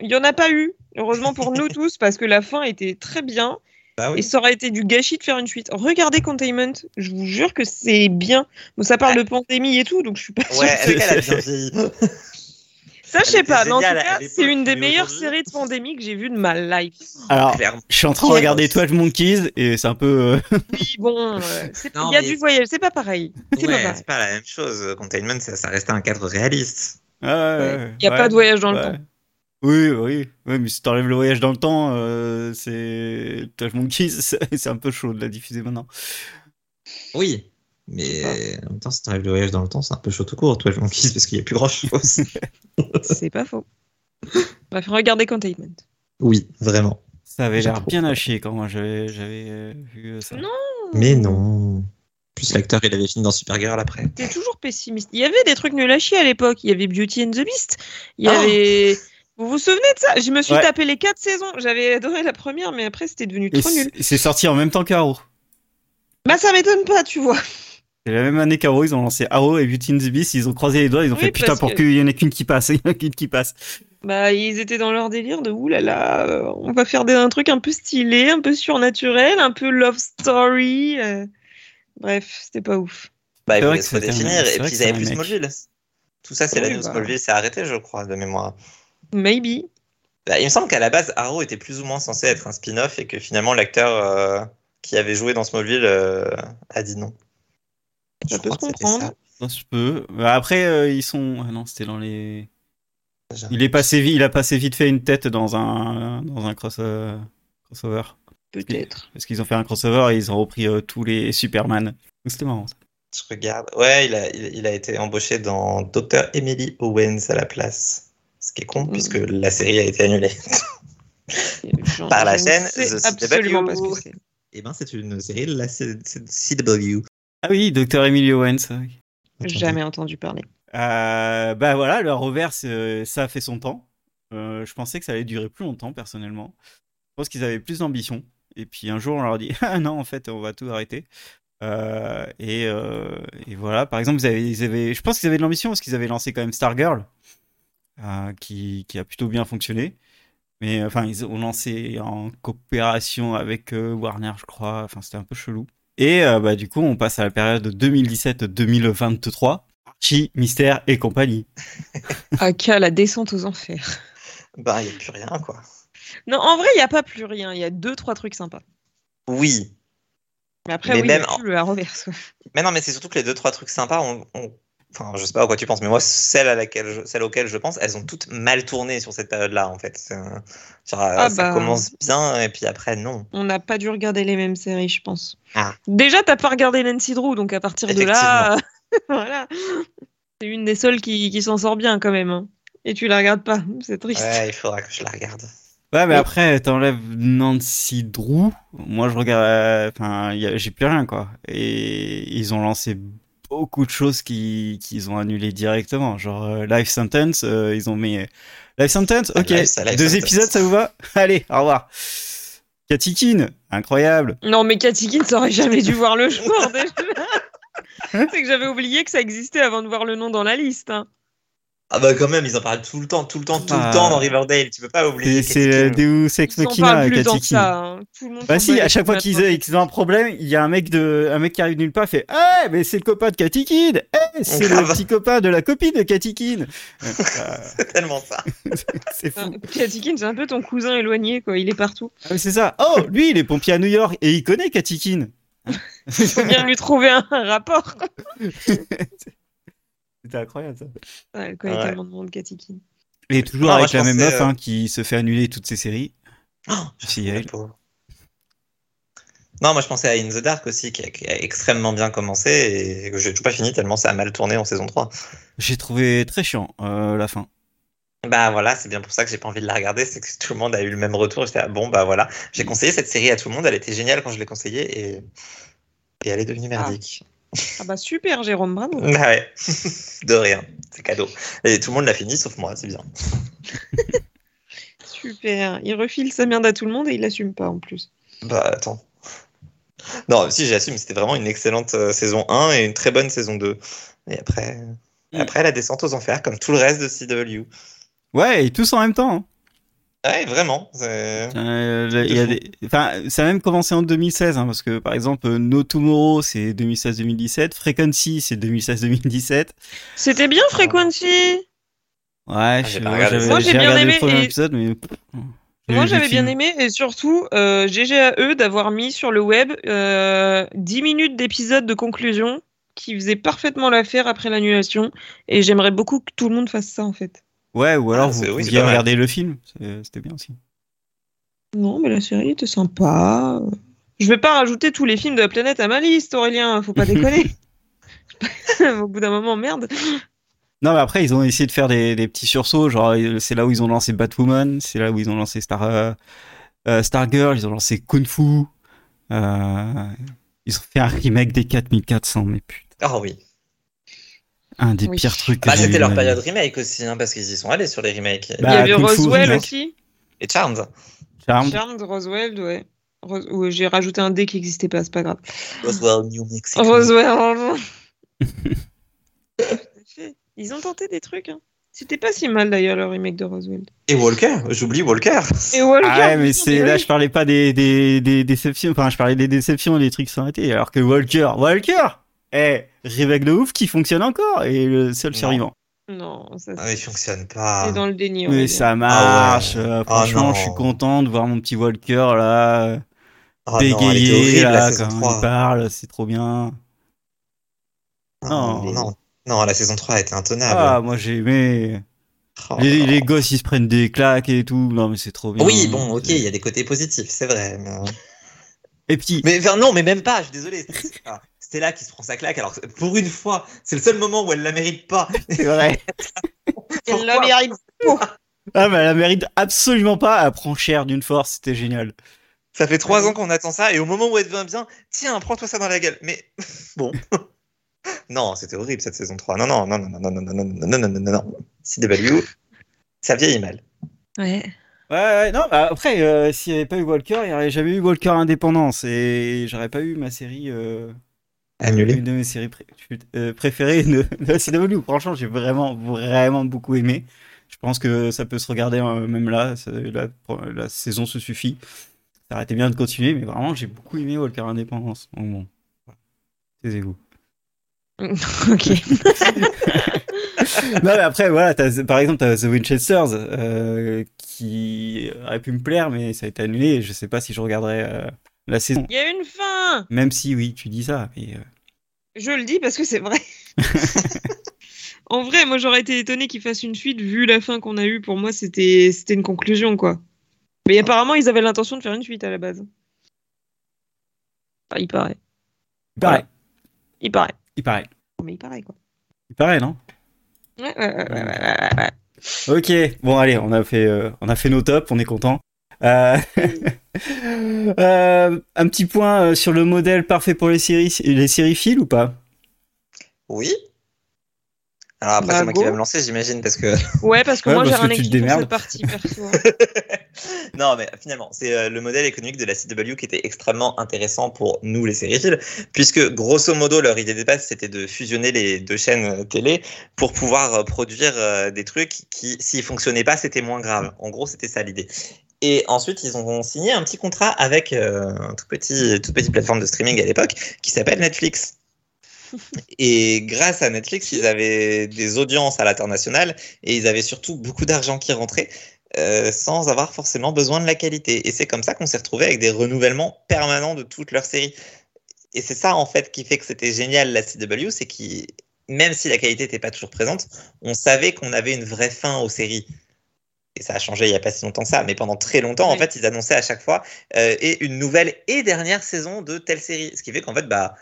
Speaker 2: il n'y en a pas eu. Heureusement pour nous tous, parce que la fin était très bien.
Speaker 3: Bah
Speaker 2: Et
Speaker 3: oui.
Speaker 2: ça aurait été du gâchis de faire une suite. Regardez Containment, je vous jure que c'est bien. Bon, ça parle de pandémie et tout, donc je suis pas sûre
Speaker 3: Ouais,
Speaker 2: que
Speaker 3: elle, elle a bien vieilli.
Speaker 2: Ça, je sais
Speaker 3: était
Speaker 2: pas, mais en tout
Speaker 3: géniale à
Speaker 2: cas,
Speaker 3: l'époque,
Speaker 2: c'est une des
Speaker 3: mais
Speaker 2: meilleures
Speaker 3: aujourd'hui-
Speaker 2: séries de pandémie que j'ai vues de ma life.
Speaker 1: Alors,
Speaker 3: Clairement.
Speaker 1: je suis en train de
Speaker 2: Ouais.
Speaker 1: regarder 12 Monkeys et c'est un peu. euh,
Speaker 2: Oui, bon, euh, c'est- il
Speaker 3: Non,
Speaker 2: y a
Speaker 3: mais-
Speaker 2: du voyage, c'est pas pareil. C'est pas
Speaker 3: Ouais,
Speaker 2: pareil.
Speaker 3: c'est pas la même chose. Containment, ça, ça restait un cadre réaliste.
Speaker 1: ouais, ouais,
Speaker 2: Il n'y a
Speaker 1: ouais,
Speaker 2: pas de voyage dans le
Speaker 1: ouais.
Speaker 2: temps.
Speaker 1: Oui, oui, oui, mais si t'enlèves le voyage dans le temps, euh, c'est 12 Monkeys, c'est c'est un peu chaud de la diffuser maintenant.
Speaker 3: Oui. Mais en même temps, si t'enlèves le voyage dans le temps, c'est un peu chaud tout court, toi, le Monkeys, parce qu'il n'y a plus grand chose.
Speaker 2: C'est pas faux. Bref, regardez Containment.
Speaker 3: oui, vraiment.
Speaker 1: Ça avait
Speaker 3: J'ai
Speaker 1: l'air
Speaker 3: trop
Speaker 1: bien
Speaker 3: peur.
Speaker 1: lâché quand moi j'avais j'avais, euh, vu euh, ça.
Speaker 2: Non.
Speaker 3: Mais non. Plus l'acteur, il avait fini dans Supergirl après.
Speaker 2: T'es toujours pessimiste. Il y avait des trucs nuls à chier à l'époque. Il y avait Beauty and the Beast. Il y
Speaker 3: Oh.
Speaker 2: avait. Vous vous souvenez de ça Je me suis
Speaker 1: Ah. Ouais.
Speaker 2: tapé les quatre saisons. J'avais adoré la première, mais après c'était devenu
Speaker 1: Et
Speaker 2: trop nul.
Speaker 1: c'est c'est sorti en même temps qu'Arrow.
Speaker 2: Bah ça m'étonne pas, tu vois.
Speaker 1: C'est la même année qu'Arrow, ils ont lancé Arrow et Beauty and the Beast, ils ont croisé les doigts, ils ont
Speaker 2: Oui,
Speaker 1: fait putain
Speaker 2: parce
Speaker 1: pour
Speaker 2: que-
Speaker 1: qu'il y en ait qu'une qui passe, il y en a qu'une qui passe.
Speaker 2: Bah ils étaient dans leur délire de oulala, euh, on va faire des, un truc un peu stylé, un peu surnaturel, un peu love story. euh. Bref, c'était pas ouf.
Speaker 3: Bah, ils
Speaker 1: C'est vrai
Speaker 3: voulaient
Speaker 1: que
Speaker 3: se
Speaker 1: c'était un-
Speaker 3: redéfinir,
Speaker 1: c'est
Speaker 3: et
Speaker 1: vrai
Speaker 3: puis
Speaker 1: que
Speaker 3: ils avaient
Speaker 1: c'est un
Speaker 3: plus
Speaker 1: mec.
Speaker 3: Smallville. Tout ça, c'est
Speaker 2: Oui,
Speaker 3: l'année où
Speaker 2: bah.
Speaker 3: Smallville s'est arrêté, je crois, de mémoire.
Speaker 2: Maybe.
Speaker 3: Bah, il me semble qu'à la base, Arrow était plus ou moins censé être un spin-off, et que finalement, l'acteur euh, qui avait joué dans Smallville euh, a dit non.
Speaker 2: Ça
Speaker 3: Je
Speaker 2: peut
Speaker 3: crois
Speaker 2: se
Speaker 3: que c'était
Speaker 2: comprendre.
Speaker 1: Ça se peut. Bah, Après, euh, ils sont. Ah non, c'était dans les.
Speaker 3: ça, déjà.
Speaker 1: Il est passé, vi- il a passé vite fait une tête dans un dans un cross- euh, crossover.
Speaker 2: Peut-être.
Speaker 1: Parce qu'ils ont fait un crossover et ils ont repris euh, tous les Superman. Donc, C'était marrant. ça.
Speaker 3: Je regarde. Ouais, il a, il, il a été embauché dans Dr. Emily Owens à la place. Ce qui est con,
Speaker 2: Mhm.
Speaker 3: puisque la série a été annulée.
Speaker 2: J'en-
Speaker 3: Par la
Speaker 2: je
Speaker 3: chaîne
Speaker 2: ne sais
Speaker 3: The CW.
Speaker 2: absolument pas ce que c'est.
Speaker 3: Eh ben, c'est une série, là, c'est c'est CW.
Speaker 1: Ah oui, Dr. Emily Owens. ah oui.
Speaker 3: Attendez.
Speaker 2: Jamais entendu parler.
Speaker 1: Euh, bah voilà, le reverse, euh, ça a fait son temps. Euh, je pensais que ça allait durer plus longtemps, personnellement. Je pense qu'ils avaient plus d'ambition. Et puis un jour, on leur dit Ah non, en fait, on va tout arrêter. Euh, et, euh, et voilà, par exemple, ils avaient, ils avaient- je pense qu'ils avaient de l'ambition parce qu'ils avaient lancé quand même Stargirl, euh, qui, qui a plutôt bien fonctionné. Mais euh, enfin, ils ont lancé en coopération avec euh, Warner, je crois. Enfin, c'était un peu chelou. Et euh, bah, du coup, on passe à la période 2017-2023. Archie, Mystère et compagnie.
Speaker 2: Aka, Ah, la descente aux enfers.
Speaker 3: Bah, il n'y a plus rien, quoi.
Speaker 2: Non, en vrai, il n'y a pas plus rien. Il y a deux, trois trucs sympas.
Speaker 3: Oui,
Speaker 2: Mais après,
Speaker 3: Mais
Speaker 2: oui, il y a
Speaker 3: même en-
Speaker 2: plus le reverse.
Speaker 3: Mais non, mais c'est surtout que les deux, trois trucs sympas, on, on- enfin, je sais pas à quoi tu penses, mais moi, celles, à laquelle je- celles auxquelles je pense, elles ont toutes mal tourné sur cette période-là, en fait. C'est un- Genre,
Speaker 1: Ah
Speaker 3: euh, ça
Speaker 2: bah.
Speaker 3: commence bien, et puis après, non.
Speaker 2: On n'a pas dû regarder les mêmes séries, je pense.
Speaker 3: Ah.
Speaker 2: Déjà, t'as pas regardé Nancy Drew, donc à partir de là, voilà. C'est une des seules qui, qui s'en sort bien quand même. hein. Et tu la regardes pas, c'est triste.
Speaker 3: Ouais, il faudra que je la regarde.
Speaker 1: Ouais, mais
Speaker 2: Oui.
Speaker 1: après, t'enlèves Nancy Drew. Moi, je regarde. euh, Enfin, y a- j'ai plus rien, quoi. Et ils ont lancé beaucoup de choses qui- qu'ils ont annulées directement. Genre, euh, Life Sentence, euh, ils ont mis. euh, Life Sentence,
Speaker 3: Ah,
Speaker 1: ok.
Speaker 3: Life, ça, Life
Speaker 1: Deux
Speaker 3: Sentence.
Speaker 1: épisodes, ça vous va Allez, au revoir. Cathy Keane, incroyable.
Speaker 2: Non, mais Cathy Kidd, ça aurait jamais dû voir le jour déjà. c'est que j'avais oublié que ça existait avant de voir le nom dans la liste. hein.
Speaker 3: Ah bah quand même, ils en parlent tout le temps, tout le temps, tout
Speaker 1: Ah.
Speaker 3: le temps dans Riverdale, tu peux pas oublier.
Speaker 1: Et C'est
Speaker 3: Cathy
Speaker 1: euh,
Speaker 3: Kim.
Speaker 1: Deus Ex
Speaker 2: Ils sont pas
Speaker 1: Machina,
Speaker 2: inclus dans
Speaker 1: Cathy Keane.
Speaker 2: ça. hein. Tout le monde
Speaker 1: Bah
Speaker 2: s'en bat
Speaker 1: si,
Speaker 2: les
Speaker 1: à chaque fois
Speaker 2: couilles
Speaker 1: qu'ils
Speaker 2: maintenant.
Speaker 1: qu'ils ont un problème, il y a un mec de, un mec qui arrive nulle part, fait, ah, mais c'est le copain de Cathy Kid, c'est le
Speaker 3: Grave.
Speaker 1: petit copain de la copine de Cathy Kid. Euh, euh,
Speaker 3: C'est tellement ça.
Speaker 1: c'est fou.
Speaker 2: Enfin, Cathy Kidd, c'est un peu ton cousin éloigné, quoi. Il est partout.
Speaker 1: Ah, mais c'est ça. Oh, lui, il est pompier à New York et il connaît Cathy Kid.
Speaker 2: Faut bien lui trouver un, un rapport.
Speaker 1: C'était incroyable ça.
Speaker 2: Ouais, elle connaît
Speaker 3: Ouais.
Speaker 2: tellement de monde, Cathy Kidd.
Speaker 1: Et toujours
Speaker 3: Non, moi,
Speaker 1: avec
Speaker 3: je
Speaker 1: la même
Speaker 3: pensais,
Speaker 1: meuf
Speaker 3: euh,
Speaker 1: hein, qui se fait annuler toutes ses séries.
Speaker 3: Oh, je
Speaker 1: Si,
Speaker 3: suis
Speaker 1: elle.
Speaker 3: pauvre. Non, moi je pensais à In the Dark aussi, qui a, qui a extrêmement bien commencé et que j'ai toujours pas fini tellement ça a mal tourné en saison 3.
Speaker 1: J'ai trouvé très chiant euh, la fin.
Speaker 3: Bah voilà, c'est bien pour ça que j'ai pas envie de la regarder, c'est que tout le monde a eu le même retour. J'étais ah, bon, bah voilà. J'ai conseillé cette série à tout le monde, elle était géniale quand je l'ai conseillée et... et elle est devenue merdique.
Speaker 2: Ah bah super, Jérôme, bravo.
Speaker 3: Bah ouais, de rien, c'est cadeau. Et tout le monde l'a fini sauf moi, c'est bien.
Speaker 2: Super. Il refile sa merde à tout le monde et il l'assume pas en plus.
Speaker 3: Bah attends. Non, si j'assume, c'était vraiment une excellente euh, saison 1 et une très bonne saison 2. Et après,
Speaker 1: Mm.
Speaker 3: après la descente aux enfers, comme tout le reste de CW.
Speaker 1: Ouais, et tous en même temps. hein.
Speaker 3: Ouais, vraiment. c'est-
Speaker 1: Euh, le- il y a
Speaker 3: fou.
Speaker 1: des- enfin, ça a même commencé en 2016, hein, parce que par exemple, euh, No Tomorrow, c'est 2016-2017, Frequency, c'est 2016-2017.
Speaker 2: C'était bien, Frequency
Speaker 1: Ouais,
Speaker 3: Ah,
Speaker 1: je-
Speaker 3: j'ai pas regardé
Speaker 1: j'avais-
Speaker 3: ça. Moi,
Speaker 2: j'ai
Speaker 1: j'ai
Speaker 2: bien
Speaker 1: regardé
Speaker 2: aimé
Speaker 1: le premier
Speaker 2: et-
Speaker 1: épisode, mais.
Speaker 2: Moi, j'avais bien
Speaker 1: aimé.
Speaker 2: aimé et surtout, euh, GG à eux d'avoir mis sur le web euh, 10 minutes d'épisode de conclusion qui faisait parfaitement l'affaire après l'annulation. Et j'aimerais beaucoup que tout le monde fasse ça en fait.
Speaker 1: Ouais, ou alors
Speaker 3: Ah,
Speaker 1: vous
Speaker 3: c'est- oui, c'est
Speaker 1: pouviez
Speaker 3: pas mal.
Speaker 1: regarder le film, c'est- c'était bien aussi.
Speaker 2: Non, mais la série était sympa. Je vais pas rajouter tous les films de la planète à ma liste, Aurélien, faut pas déconner. Au bout d'un moment, merde.
Speaker 1: Non, mais après, ils ont essayé de faire des, des petits sursauts. Genre, euh, c'est là où ils ont lancé Batwoman, c'est là où ils ont lancé Star, euh, euh, Stargirl, ils ont lancé Kung Fu. euh, ils ont fait un remake des 4400, mais putain,
Speaker 3: Ah oui.
Speaker 1: un des
Speaker 2: Oui.
Speaker 1: pires trucs. que
Speaker 3: Bah,
Speaker 1: j'ai
Speaker 3: c'était
Speaker 1: vu
Speaker 3: leur
Speaker 1: de ma vie.
Speaker 3: période remake aussi, hein, parce qu'ils y sont allés sur les remakes.
Speaker 1: euh, Bah,
Speaker 2: Il y avait
Speaker 1: Kung Fu
Speaker 2: Roswell
Speaker 1: Remake.
Speaker 2: aussi.
Speaker 3: Et Charmed.
Speaker 1: Charmed.
Speaker 2: Charmed, Roswell, ouais. Ros- ouais, J'ai rajouté un D qui n'existait pas, c'est pas grave.
Speaker 3: Roswell, New Mexico.
Speaker 2: Roswell. Ils ont tenté des trucs. hein. C'était pas si mal d'ailleurs le remake de Roswell.
Speaker 3: Et Walker, j'oublie Walker.
Speaker 2: Et Walker.
Speaker 1: Ah ouais, mais
Speaker 2: putain,
Speaker 1: c'est
Speaker 2: mais
Speaker 1: là,
Speaker 2: oui.
Speaker 1: je parlais pas des, des, des déceptions, enfin, je parlais des déceptions et des trucs sans arrêter, alors que Walker, Walker, eh, remake de ouf qui fonctionne encore et le seul
Speaker 3: Non.
Speaker 1: survivant.
Speaker 2: Non, ça
Speaker 3: Ah, mais il
Speaker 2: c'est
Speaker 3: fonctionne pas.
Speaker 2: c'est dans le déni. on va
Speaker 1: Mais
Speaker 2: dire.
Speaker 1: ça marche.
Speaker 3: Ah ouais.
Speaker 1: euh,
Speaker 3: Ah
Speaker 1: franchement,
Speaker 3: non.
Speaker 1: je suis content de voir mon petit Walker là, euh,
Speaker 3: Ah non, elle était
Speaker 1: bégayé,
Speaker 3: horrible, la
Speaker 1: là,
Speaker 3: saison
Speaker 1: quand
Speaker 3: 3.
Speaker 1: il parle, c'est trop bien.
Speaker 3: Non,
Speaker 1: Non.
Speaker 3: non, non, la saison 3 était
Speaker 1: Ah,
Speaker 3: intenable.
Speaker 1: moi j'ai aimé.
Speaker 3: Oh,
Speaker 1: les,
Speaker 3: non.
Speaker 1: les gosses, ils se prennent des claques et tout. Non, mais c'est trop bien.
Speaker 3: Oui, bon, ok, il y a des côtés positifs, c'est vrai. Mais, euh,
Speaker 1: Et puis,
Speaker 3: mais enfin, non, mais même pas, je suis désolé. Ah, Stella qui se prend sa claque, alors que pour une fois, c'est le seul moment où elle la mérite pas.
Speaker 1: c'est vrai.
Speaker 2: Elle
Speaker 3: Pourquoi
Speaker 2: la mérite.
Speaker 1: Ah, mais elle la mérite absolument pas. Elle prend cher d'une force, c'était génial.
Speaker 3: Ça fait trois ans qu'on attend ça, et au moment où elle devient bien, tiens, prends-toi ça dans la gueule. Mais bon. non, c'était horrible cette saison 3. Non, non, non, non, non, non, non, non, non, non, non, non, non, non. CW, ça vieillit mal.
Speaker 2: Ouais.
Speaker 1: Ouais, ouais, non, bah, après, euh, s'il n'y avait pas eu Walker, il n'y aurait jamais eu Walker Indépendance et j'aurais pas eu ma série. euh,
Speaker 3: Annulé.
Speaker 1: Une de mes séries pré- euh, préférées de, de la CW. Franchement, j'ai vraiment, vraiment beaucoup aimé. Je pense que ça peut se regarder euh, même là. ça- La, la saison se suffit. Ça aurait été bien de continuer, mais vraiment, j'ai beaucoup aimé Walker Indépendance. Donc bon, voilà. taisez-vous.
Speaker 2: ok.
Speaker 1: non, mais après, voilà, t'as- par exemple, t'as The Winchesters euh, qui aurait pu me plaire, mais ça a été annulé. et Je sais pas si je regarderai euh, la saison.
Speaker 2: Il y a une fin.
Speaker 1: Même si, oui, tu dis ça. Mais, euh,
Speaker 2: Je le dis parce que c'est vrai. en vrai, moi j'aurais été étonné qu'ils fassent une suite vu la fin qu'on a eue. Pour moi, c'était c'était une conclusion quoi.
Speaker 1: Ah.
Speaker 2: Mais apparemment, ils avaient l'intention de faire une suite à la base. Enfin, il paraît.
Speaker 1: il paraît.
Speaker 2: Il paraît.
Speaker 1: Il paraît.
Speaker 2: Mais il paraît quoi.
Speaker 1: Il paraît, non
Speaker 2: Ouais, ouais, ouais, ouais, ouais, ouais, ouais.
Speaker 1: Ok, bon allez, on a fait, euh, on a fait nos tops, on est content. Euh, euh, un petit point euh, sur le modèle parfait pour les séries, les séries files ou pas
Speaker 3: Oui. Alors après,
Speaker 2: Bah,
Speaker 3: c'est moi qui
Speaker 2: go.
Speaker 3: vais me lancer, j'imagine, parce que.
Speaker 2: Ouais, parce que
Speaker 1: Ouais,
Speaker 2: moi j'ai
Speaker 1: parce que
Speaker 2: rien
Speaker 1: tu te
Speaker 2: écrit pour
Speaker 1: démerdes.
Speaker 2: cette partie perso. hein.
Speaker 3: non, mais finalement, c'est euh, le modèle économique de la CW qui était extrêmement intéressant pour nous, les sériphiles, puisque grosso modo, leur idée de base, c'était de fusionner les deux chaînes euh, télé pour pouvoir euh, produire euh, des trucs qui, s'ils fonctionnaient pas, c'était moins grave. En gros, c'était ça l'idée. Et ensuite, ils ont signé un petit contrat avec euh, un tout petit, toute petite plateforme de streaming à l'époque qui s'appelle Netflix. Et grâce à Netflix, ils avaient des audiences à l'international et ils avaient surtout beaucoup d'argent qui rentrait euh, sans avoir forcément besoin de la qualité. Et c'est comme ça qu'on s'est retrouvé avec des renouvellements permanents de toutes leurs séries. Et c'est ça, en fait, qui fait que c'était génial la CW, c'est que même si la qualité n'était pas toujours présente, on savait qu'on avait une vraie fin aux séries. Et ça a changé il n'y a pas si longtemps que ça, mais pendant très longtemps, en
Speaker 2: Oui.
Speaker 3: fait, ils annonçaient à chaque fois euh, et une nouvelle et dernière saison de telle série. Ce qui fait qu'en fait, bah,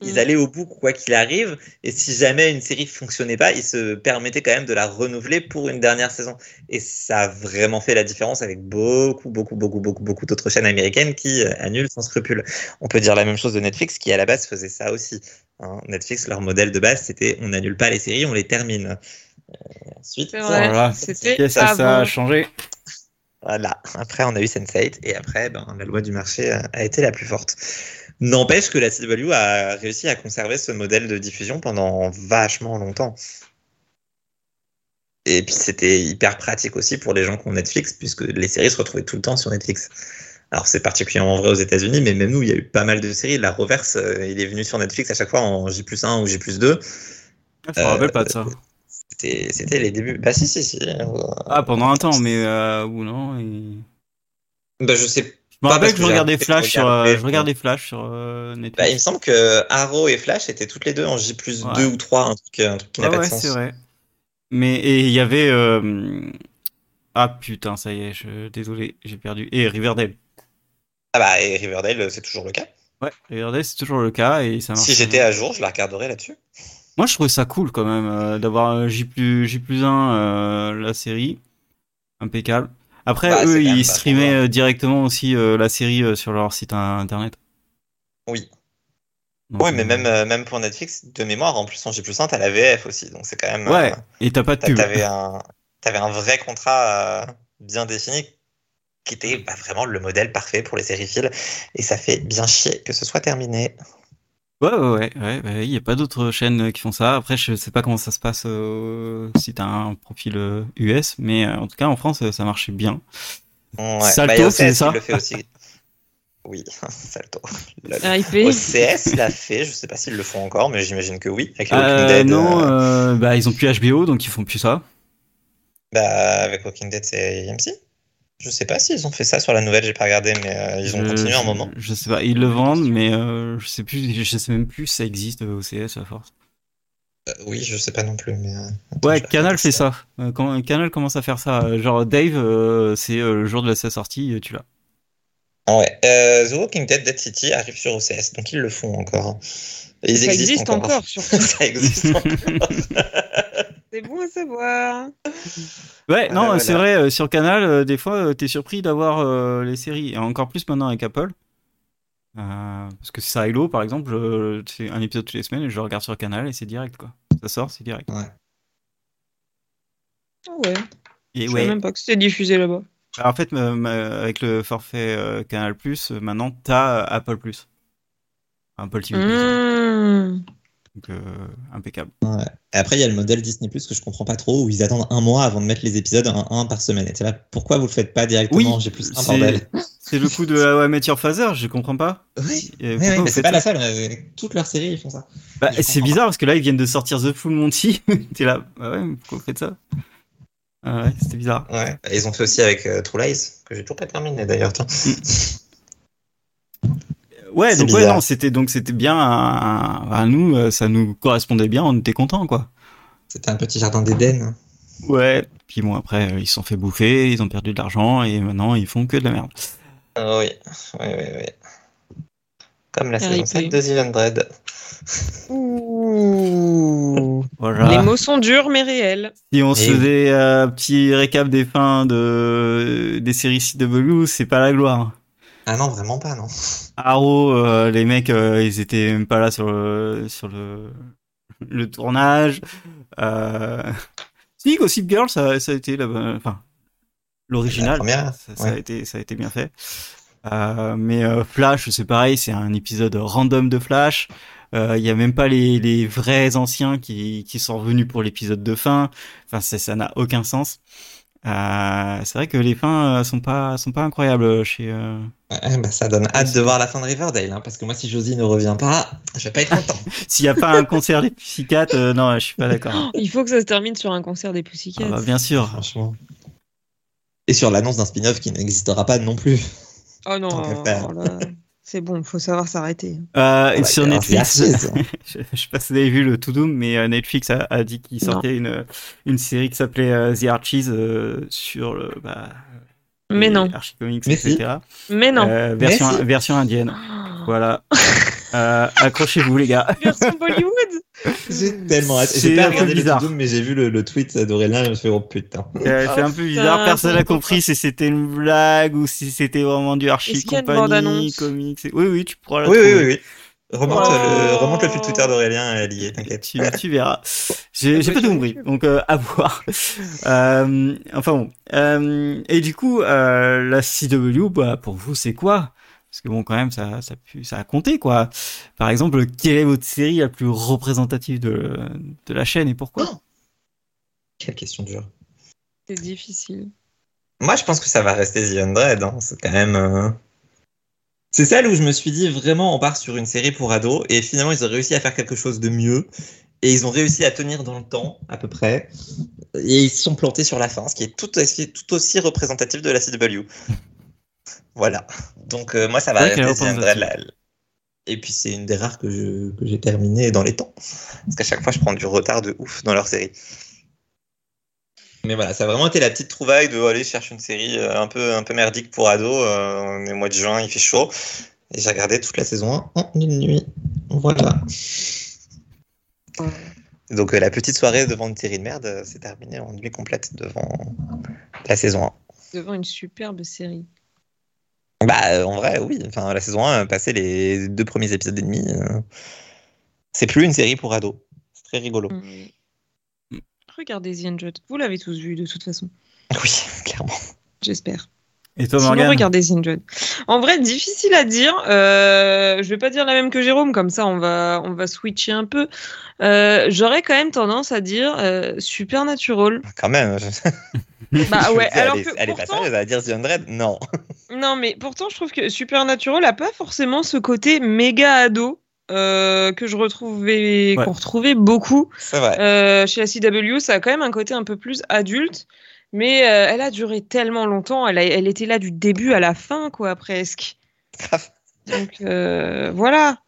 Speaker 3: ils
Speaker 2: Mm.
Speaker 3: allaient au bout quoi qu'il arrive, et si jamais une série fonctionnait pas, ils se permettaient quand même de la renouveler pour une dernière saison. Et ça a vraiment fait la différence avec beaucoup, beaucoup, beaucoup, beaucoup, beaucoup d'autres chaînes américaines qui euh, annulent sans scrupule. On peut dire la même chose de Netflix qui, à la base, faisait ça aussi. hein. Netflix, leur modèle de base, c'était on n'annule pas les séries, on les termine. Euh, ensuite,
Speaker 2: C'est vrai.
Speaker 1: Voilà.
Speaker 2: C'était
Speaker 1: Qu'est-ce que ça
Speaker 2: avant.
Speaker 1: a changé
Speaker 3: voilà. Après, on a eu Sense8 et après, ben, la loi du marché a a été la plus forte. N'empêche que la CW a réussi à conserver ce modèle de diffusion pendant vachement longtemps. Et puis, c'était hyper pratique aussi pour les gens qui ont Netflix, puisque les séries se retrouvaient tout le temps sur Netflix. Alors, c'est particulièrement vrai aux États-Unis, mais même nous, il y a eu pas mal de séries. La Reverse, euh, il est venu sur Netflix à chaque fois en J1 ou J2.
Speaker 1: Je me rappelle pas de ça.
Speaker 3: C'était c'était les débuts. Bah si, si, si. euh,
Speaker 1: Ah, pendant un temps, mais euh, ou non. et-
Speaker 3: Bah, je sais
Speaker 1: Je me
Speaker 3: Pas
Speaker 1: rappelle
Speaker 3: parce
Speaker 1: que
Speaker 3: que
Speaker 1: je
Speaker 3: j'ai
Speaker 1: regardais
Speaker 3: arrêté de
Speaker 1: Flash sur, euh,
Speaker 3: regarder.
Speaker 1: je regardais Flash sur euh,
Speaker 3: Bah, il me
Speaker 1: Netflix.
Speaker 3: semble que Arrow et Flash étaient toutes les deux en J plus
Speaker 1: Ouais.
Speaker 3: 2 ou 3, un truc, un truc qui n'a
Speaker 1: Ah ouais,
Speaker 3: pas
Speaker 1: ouais,
Speaker 3: de sens.
Speaker 1: c'est vrai. Mais et il y avait euh, ah putain, ça y est, je... désolé, j'ai perdu. Et Riverdale.
Speaker 3: Ah bah et Riverdale, c'est toujours le cas.
Speaker 1: Ouais, Riverdale, c'est toujours le cas et ça marche.
Speaker 3: Si j'étais à jour, je la regarderais là-dessus.
Speaker 1: Moi, je trouvais ça cool quand même euh, d'avoir euh, J plus J plus 1 la série impeccable. Après,
Speaker 3: Bah, c'est
Speaker 1: eux,
Speaker 3: quand même
Speaker 1: ils
Speaker 3: pas
Speaker 1: streamaient
Speaker 3: trop mal.
Speaker 1: euh, directement aussi euh, la série euh, sur leur site euh, internet.
Speaker 3: Oui.
Speaker 1: Donc,
Speaker 3: Oui, mais
Speaker 1: euh,
Speaker 3: même, euh, même pour Netflix, de mémoire, en plus en J plus 1, t'as la VF aussi, donc c'est quand même.
Speaker 1: Ouais.
Speaker 3: euh,
Speaker 1: Et t'as pas de
Speaker 3: t'a-
Speaker 1: pub.
Speaker 3: t'avais un, t'avais un vrai contrat euh, bien défini qui était bah, vraiment le modèle parfait pour les séries fils et ça fait bien chier que ce soit terminé.
Speaker 1: Ouais, ouais, ouais, ouais, bah oui, il n'y a pas d'autres chaînes euh, qui font ça. Après, je sais pas comment ça se passe euh, si t'as un profil euh, US, mais euh, en tout cas, en France, euh, ça marchait bien.
Speaker 3: Ouais. Bah,
Speaker 1: Salto,
Speaker 3: il y a
Speaker 1: c'est
Speaker 3: OCS qui
Speaker 1: ça
Speaker 3: le fait aussi. Oui, Salto. Lol.
Speaker 2: RIP.
Speaker 3: OCS l'a fait, je sais pas s'ils le font encore, mais j'imagine que oui. Avec les Walking
Speaker 1: Euh,
Speaker 3: Dead,
Speaker 1: non,
Speaker 3: euh,
Speaker 1: euh, bah, ils ont plus HBO, donc ils font plus ça.
Speaker 3: bah, avec Walking Dead, c'est AMC. Je sais pas s'ils ont fait ça sur la nouvelle, j'ai pas regardé, mais euh, ils ont
Speaker 1: Je-
Speaker 3: continué un
Speaker 1: je-
Speaker 3: moment.
Speaker 1: Je sais pas, ils le vendent, mais euh, je sais plus, je sais même plus si ça existe euh, OCS à force.
Speaker 3: Euh, oui, je sais pas non plus, mais. euh, attends,
Speaker 1: Ouais,
Speaker 3: je vais
Speaker 1: Canal
Speaker 3: regarder
Speaker 1: fait
Speaker 3: ça.
Speaker 1: ça. Euh, quand, Canal commence à faire ça. Euh, Genre, Dave, euh, c'est euh, le jour de la sa sortie, euh, tu l'as.
Speaker 3: Ah ouais. Euh, The Walking Dead Dead City arrive sur OCS, donc ils le font encore. Et Ils
Speaker 2: Ça
Speaker 3: existent
Speaker 2: existe encore, surtout.
Speaker 3: ça existe encore.
Speaker 2: C'est bon à savoir.
Speaker 1: Ouais,
Speaker 3: Ah,
Speaker 1: non,
Speaker 3: voilà.
Speaker 1: c'est vrai, euh, sur Canal, euh, des fois, euh, t'es surpris d'avoir euh, les séries, et encore plus maintenant avec Apple. Euh, parce que Silo, par exemple, je- c'est un épisode toutes les semaines, et je le regarde sur Canal et c'est direct, quoi. Ça sort, c'est direct.
Speaker 2: Ah ouais.
Speaker 1: Et
Speaker 2: Je savais
Speaker 1: ouais.
Speaker 2: même pas que c'était diffusé là-bas.
Speaker 1: Alors, en fait, me- me- avec le forfait euh, Canal, euh, maintenant, t'as euh, Apple. Apple TV.
Speaker 2: Mmh.
Speaker 1: hein, Donc, euh, impeccable.
Speaker 3: Et Après, il y a le modèle Disney Plus que je comprends pas trop, où ils attendent un mois avant de mettre les épisodes un, un par semaine. Et c'est là, pourquoi vous le faites pas directement
Speaker 1: Oui,
Speaker 3: J'ai plus un
Speaker 1: c'est-
Speaker 3: bordel.
Speaker 1: C'est le coup de la ouais, Meteor Phaser, je comprends pas.
Speaker 3: Oui,
Speaker 1: Euh,
Speaker 3: oui,
Speaker 1: pourquoi vous
Speaker 3: mais c'est
Speaker 1: faites
Speaker 3: pas
Speaker 1: ça
Speaker 3: la seule. euh, Toutes leurs séries, ils font ça.
Speaker 1: Bah,
Speaker 3: Je
Speaker 1: c'est
Speaker 3: comprends
Speaker 1: bizarre parce que là ils viennent de sortir The Full Monty. T'es là, bah ouais, mais pourquoi vous faites ça Ah Ouais, c'était bizarre.
Speaker 3: Ouais. Et Ils ont fait aussi avec euh, True Lies, que j'ai toujours pas terminé d'ailleurs. tiens.
Speaker 1: Ouais,
Speaker 3: C'est
Speaker 1: donc ouais,
Speaker 3: bizarre.
Speaker 1: non, c'était donc c'était bien. un- un- À nous, euh, ça nous correspondait bien, on était contents quoi.
Speaker 3: C'était un petit jardin d'Éden. hein.
Speaker 1: Ouais. Puis bon, après euh, ils se sont fait bouffer, ils ont perdu de l'argent et maintenant ils font que de la merde.
Speaker 3: Ah oui, oui, oui, oui. Comme la saison
Speaker 2: R.I.P.
Speaker 3: 5 de Zivan Dread.
Speaker 2: Ouh. Les
Speaker 1: Voilà.
Speaker 2: mots sont durs mais réels.
Speaker 1: Si on se
Speaker 3: Et-
Speaker 1: faisait euh, un petit récap des fins de des séries CW, c'est pas la gloire.
Speaker 3: Ah non, vraiment pas, non.
Speaker 1: Arrow, euh, les mecs, euh, ils étaient même pas là sur le, sur le, le tournage. Euh... Si, Gossip Girl, ça, ça a été la bonne- enfin,
Speaker 3: La
Speaker 1: l'original.
Speaker 3: première,
Speaker 1: Ça, ça a
Speaker 3: ouais.
Speaker 1: été, ça a été bien fait. Euh, mais euh, Flash, c'est pareil, c'est un épisode random de Flash. Euh, Il y a même pas les, les vrais anciens qui, qui sont revenus pour l'épisode de fin. Enfin, c'est- ça n'a aucun sens. Euh, c'est vrai que les fins euh, sont pas sont pas incroyables chez. euh,
Speaker 3: Ouais, bah, ça donne hâte de voir la fin de Riverdale, hein, parce que moi, si Josie ne revient pas, je vais pas être content.
Speaker 1: S'il n'y a pas un concert des psychiatres, euh, non, je suis pas d'accord.
Speaker 2: Il faut que ça se termine sur un concert des Pussycats.
Speaker 1: Ah bah, bien sûr.
Speaker 3: Franchement. Et sur l'annonce d'un spin-off qui n'existera pas non plus.
Speaker 2: Oh non,
Speaker 3: Tant qu'à faire.
Speaker 2: alors là, c'est bon, faut savoir s'arrêter.
Speaker 1: Euh, et
Speaker 3: Voilà,
Speaker 1: sur
Speaker 3: il y a
Speaker 1: Netflix,
Speaker 3: un Archies.
Speaker 1: je, je sais pas si vous avez vu le To Doom, mais euh, Netflix a, a dit qu'il
Speaker 2: Non.
Speaker 1: sortait une, une série qui s'appelait euh, The Archies euh, sur le, bah,
Speaker 2: Mais
Speaker 1: les
Speaker 2: non,
Speaker 1: Archie Comics,
Speaker 3: Mais si.
Speaker 1: etc.
Speaker 2: mais non. Oh.
Speaker 1: Euh, version,
Speaker 3: Mais si.
Speaker 1: version indienne. Voilà. Euh, accrochez-vous, les gars.
Speaker 2: Version Bollywood
Speaker 3: J'ai tellement hâte.
Speaker 1: C'est
Speaker 3: J'ai
Speaker 1: un
Speaker 3: pas
Speaker 1: peu
Speaker 3: regardé le
Speaker 1: bizarre.
Speaker 3: Doom, mais j'ai vu le, le tweet d'Aurélien et je me suis dit, oh putain.
Speaker 1: Euh, c'est un peu bizarre,
Speaker 2: putain,
Speaker 1: personne
Speaker 2: je
Speaker 1: n'a
Speaker 2: comprends
Speaker 1: compris si c'était une blague ou si c'était vraiment du Archie
Speaker 2: Est-ce qu'il y a une bande-annonce
Speaker 1: Company, comics. et- Oui, oui, tu pourras la
Speaker 3: Oui, oui,
Speaker 1: trouver.
Speaker 3: oui, oui. Remonte,
Speaker 2: Oh.
Speaker 3: le, remonte le fil Twitter d'Aurélien à lié, t'inquiète.
Speaker 1: tu, tu verras. J'ai j'ai pas
Speaker 2: bah,
Speaker 1: tout
Speaker 2: sur
Speaker 1: compris,
Speaker 2: YouTube.
Speaker 1: donc euh, à voir. Euh, enfin bon. Euh, et du coup, euh, la CW, bah, pour vous, c'est quoi Parce que bon, quand même, ça, ça, pu- ça a compté, quoi. Par exemple, quelle est votre série la plus représentative de, de la chaîne et pourquoi
Speaker 3: Quelle question dure.
Speaker 2: C'est difficile.
Speaker 3: Moi, je pense que ça va rester The Undread. hein. C'est quand même. euh, C'est celle où je me suis dit vraiment, on part sur une série pour ados et finalement, ils ont réussi à faire quelque chose de mieux. Et ils ont réussi à tenir dans le temps, à peu près. Et ils se sont plantés sur la fin, ce qui est tout aussi, tout aussi représentatif de la CW. voilà. Donc, euh, moi, ça va
Speaker 1: Ouais, qu'elle
Speaker 3: rester, c'est
Speaker 1: représente
Speaker 3: Andrea Lal. Et puis, c'est une des rares que je- que j'ai terminé dans les temps. Parce qu'à chaque fois, je prends du retard de ouf dans leur série. Mais voilà, ça a vraiment été la petite trouvaille de oh, aller chercher une série euh, un peu, un peu merdique pour ados. Euh, on est au mois de juin, il fait chaud. Et j'ai regardé toute la saison 1 en une nuit. Voilà. Donc euh, la petite soirée devant une série de merde, euh, c'est terminé en nuit complète devant la saison
Speaker 2: Devant une superbe série.
Speaker 3: 1. Bah euh, en vrai oui, enfin la saison 1 euh, passé les deux premiers épisodes et demi, euh, c'est plus une série pour ados. C'est très rigolo.
Speaker 2: Mm. Regardez The Hundred. Vous l'avez tous vu de toute façon,
Speaker 3: Oui, clairement.
Speaker 2: j'espère.
Speaker 1: Et toi,
Speaker 2: Sinon,
Speaker 1: Morgane
Speaker 2: regardez The Hundred. En vrai, difficile à dire. Euh, je vais pas dire la même que Jérôme, comme ça on va, on va switcher un peu. Euh, J'aurais quand même tendance à dire euh, Supernatural.
Speaker 3: Quand même. je-
Speaker 2: Bah ouais,
Speaker 3: je veux dire,
Speaker 2: alors
Speaker 3: elle, est-
Speaker 2: que
Speaker 3: elle est pas
Speaker 2: pourtant,
Speaker 3: sérieuse à dire The Hundred Non.
Speaker 2: Non, mais pourtant, je trouve que Supernatural a pas forcément ce côté méga ado euh, que je retrouvais,
Speaker 1: Ouais.
Speaker 2: qu'on retrouvait beaucoup
Speaker 3: C'est vrai.
Speaker 2: euh, chez la CW. Ça a quand même un côté un peu plus adulte, mais euh, elle a duré tellement longtemps. Elle, a- elle était là du début à la fin, quoi, presque.
Speaker 3: Grave.
Speaker 2: Donc euh, voilà.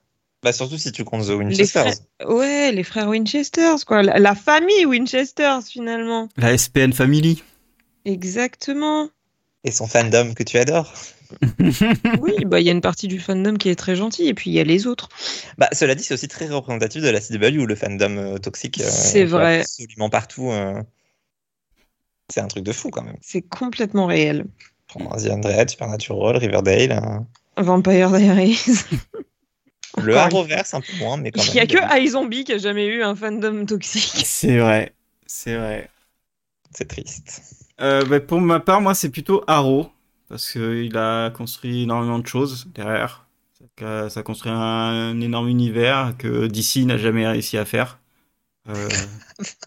Speaker 3: Bah surtout si tu comptes The
Speaker 2: Les frères-
Speaker 3: Winchesters.
Speaker 2: Ouais, les frères Winchesters, quoi. La, la famille Winchesters, finalement.
Speaker 1: La SPN Family.
Speaker 2: Exactement.
Speaker 3: Et son fandom que tu adores.
Speaker 2: Oui, bah il y a une partie du fandom qui est très gentille, et puis il y a les autres.
Speaker 3: Bah, cela dit, c'est aussi très représentatif de la CW, le fandom euh, toxique. euh,
Speaker 2: C'est
Speaker 3: on voit
Speaker 2: vrai.
Speaker 3: Absolument partout. euh, C'est un truc de fou quand même.
Speaker 2: C'est complètement réel.
Speaker 3: Prends The Andred, Supernatural, Riverdale. euh,
Speaker 2: Vampire Diaries.
Speaker 3: Le
Speaker 2: Encore
Speaker 3: Arrowverse, un peu moins, mais quand
Speaker 2: Il
Speaker 3: même. euh,
Speaker 2: n'y a que iZombie qui a jamais eu un fandom toxique.
Speaker 1: C'est vrai. C'est vrai.
Speaker 3: C'est triste.
Speaker 1: Euh, bah, pour ma part, moi, c'est plutôt Arrow. Parce qu'il a construit énormément de choses derrière. Ça ça a construit un, énorme univers que DC n'a jamais réussi à faire. Euh,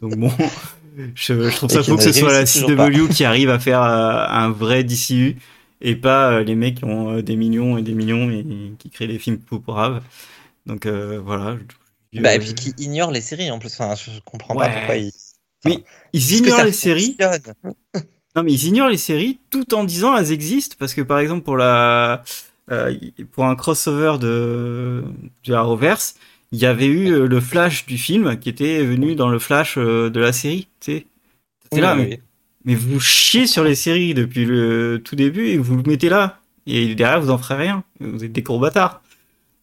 Speaker 1: donc bon, je, je trouve
Speaker 3: Et
Speaker 1: ça
Speaker 3: qui
Speaker 1: fou que ce
Speaker 3: ne
Speaker 1: soit la
Speaker 3: réussit toujours pas.
Speaker 1: CW qui arrive à faire euh, un vrai DCU et pas euh, les mecs qui ont euh, des millions et des millions et, qui créent des films poupourables. Donc euh, voilà. Euh, Je-
Speaker 3: Bah,
Speaker 1: je-
Speaker 3: et puis qui ignore les séries en plus. Enfin, je je comprends
Speaker 1: Ouais.
Speaker 3: pas pourquoi ils.
Speaker 1: Ils
Speaker 3: Parce que
Speaker 1: ignorent
Speaker 3: ça
Speaker 1: les séries
Speaker 3: fonctionne.
Speaker 1: Non, mais ils ignorent les séries tout en disant elles existent parce que par exemple pour la euh, pour un crossover de du Arrowverse, il y avait eu euh, le Flash du film qui était venu dans le Flash euh, de la série, tu sais. T'es
Speaker 3: Oui,
Speaker 1: là,
Speaker 3: oui,
Speaker 1: mais, mais vous chiez sur les séries depuis le tout début et vous le mettez là et derrière vous en ferez rien. Vous êtes des gros bâtards.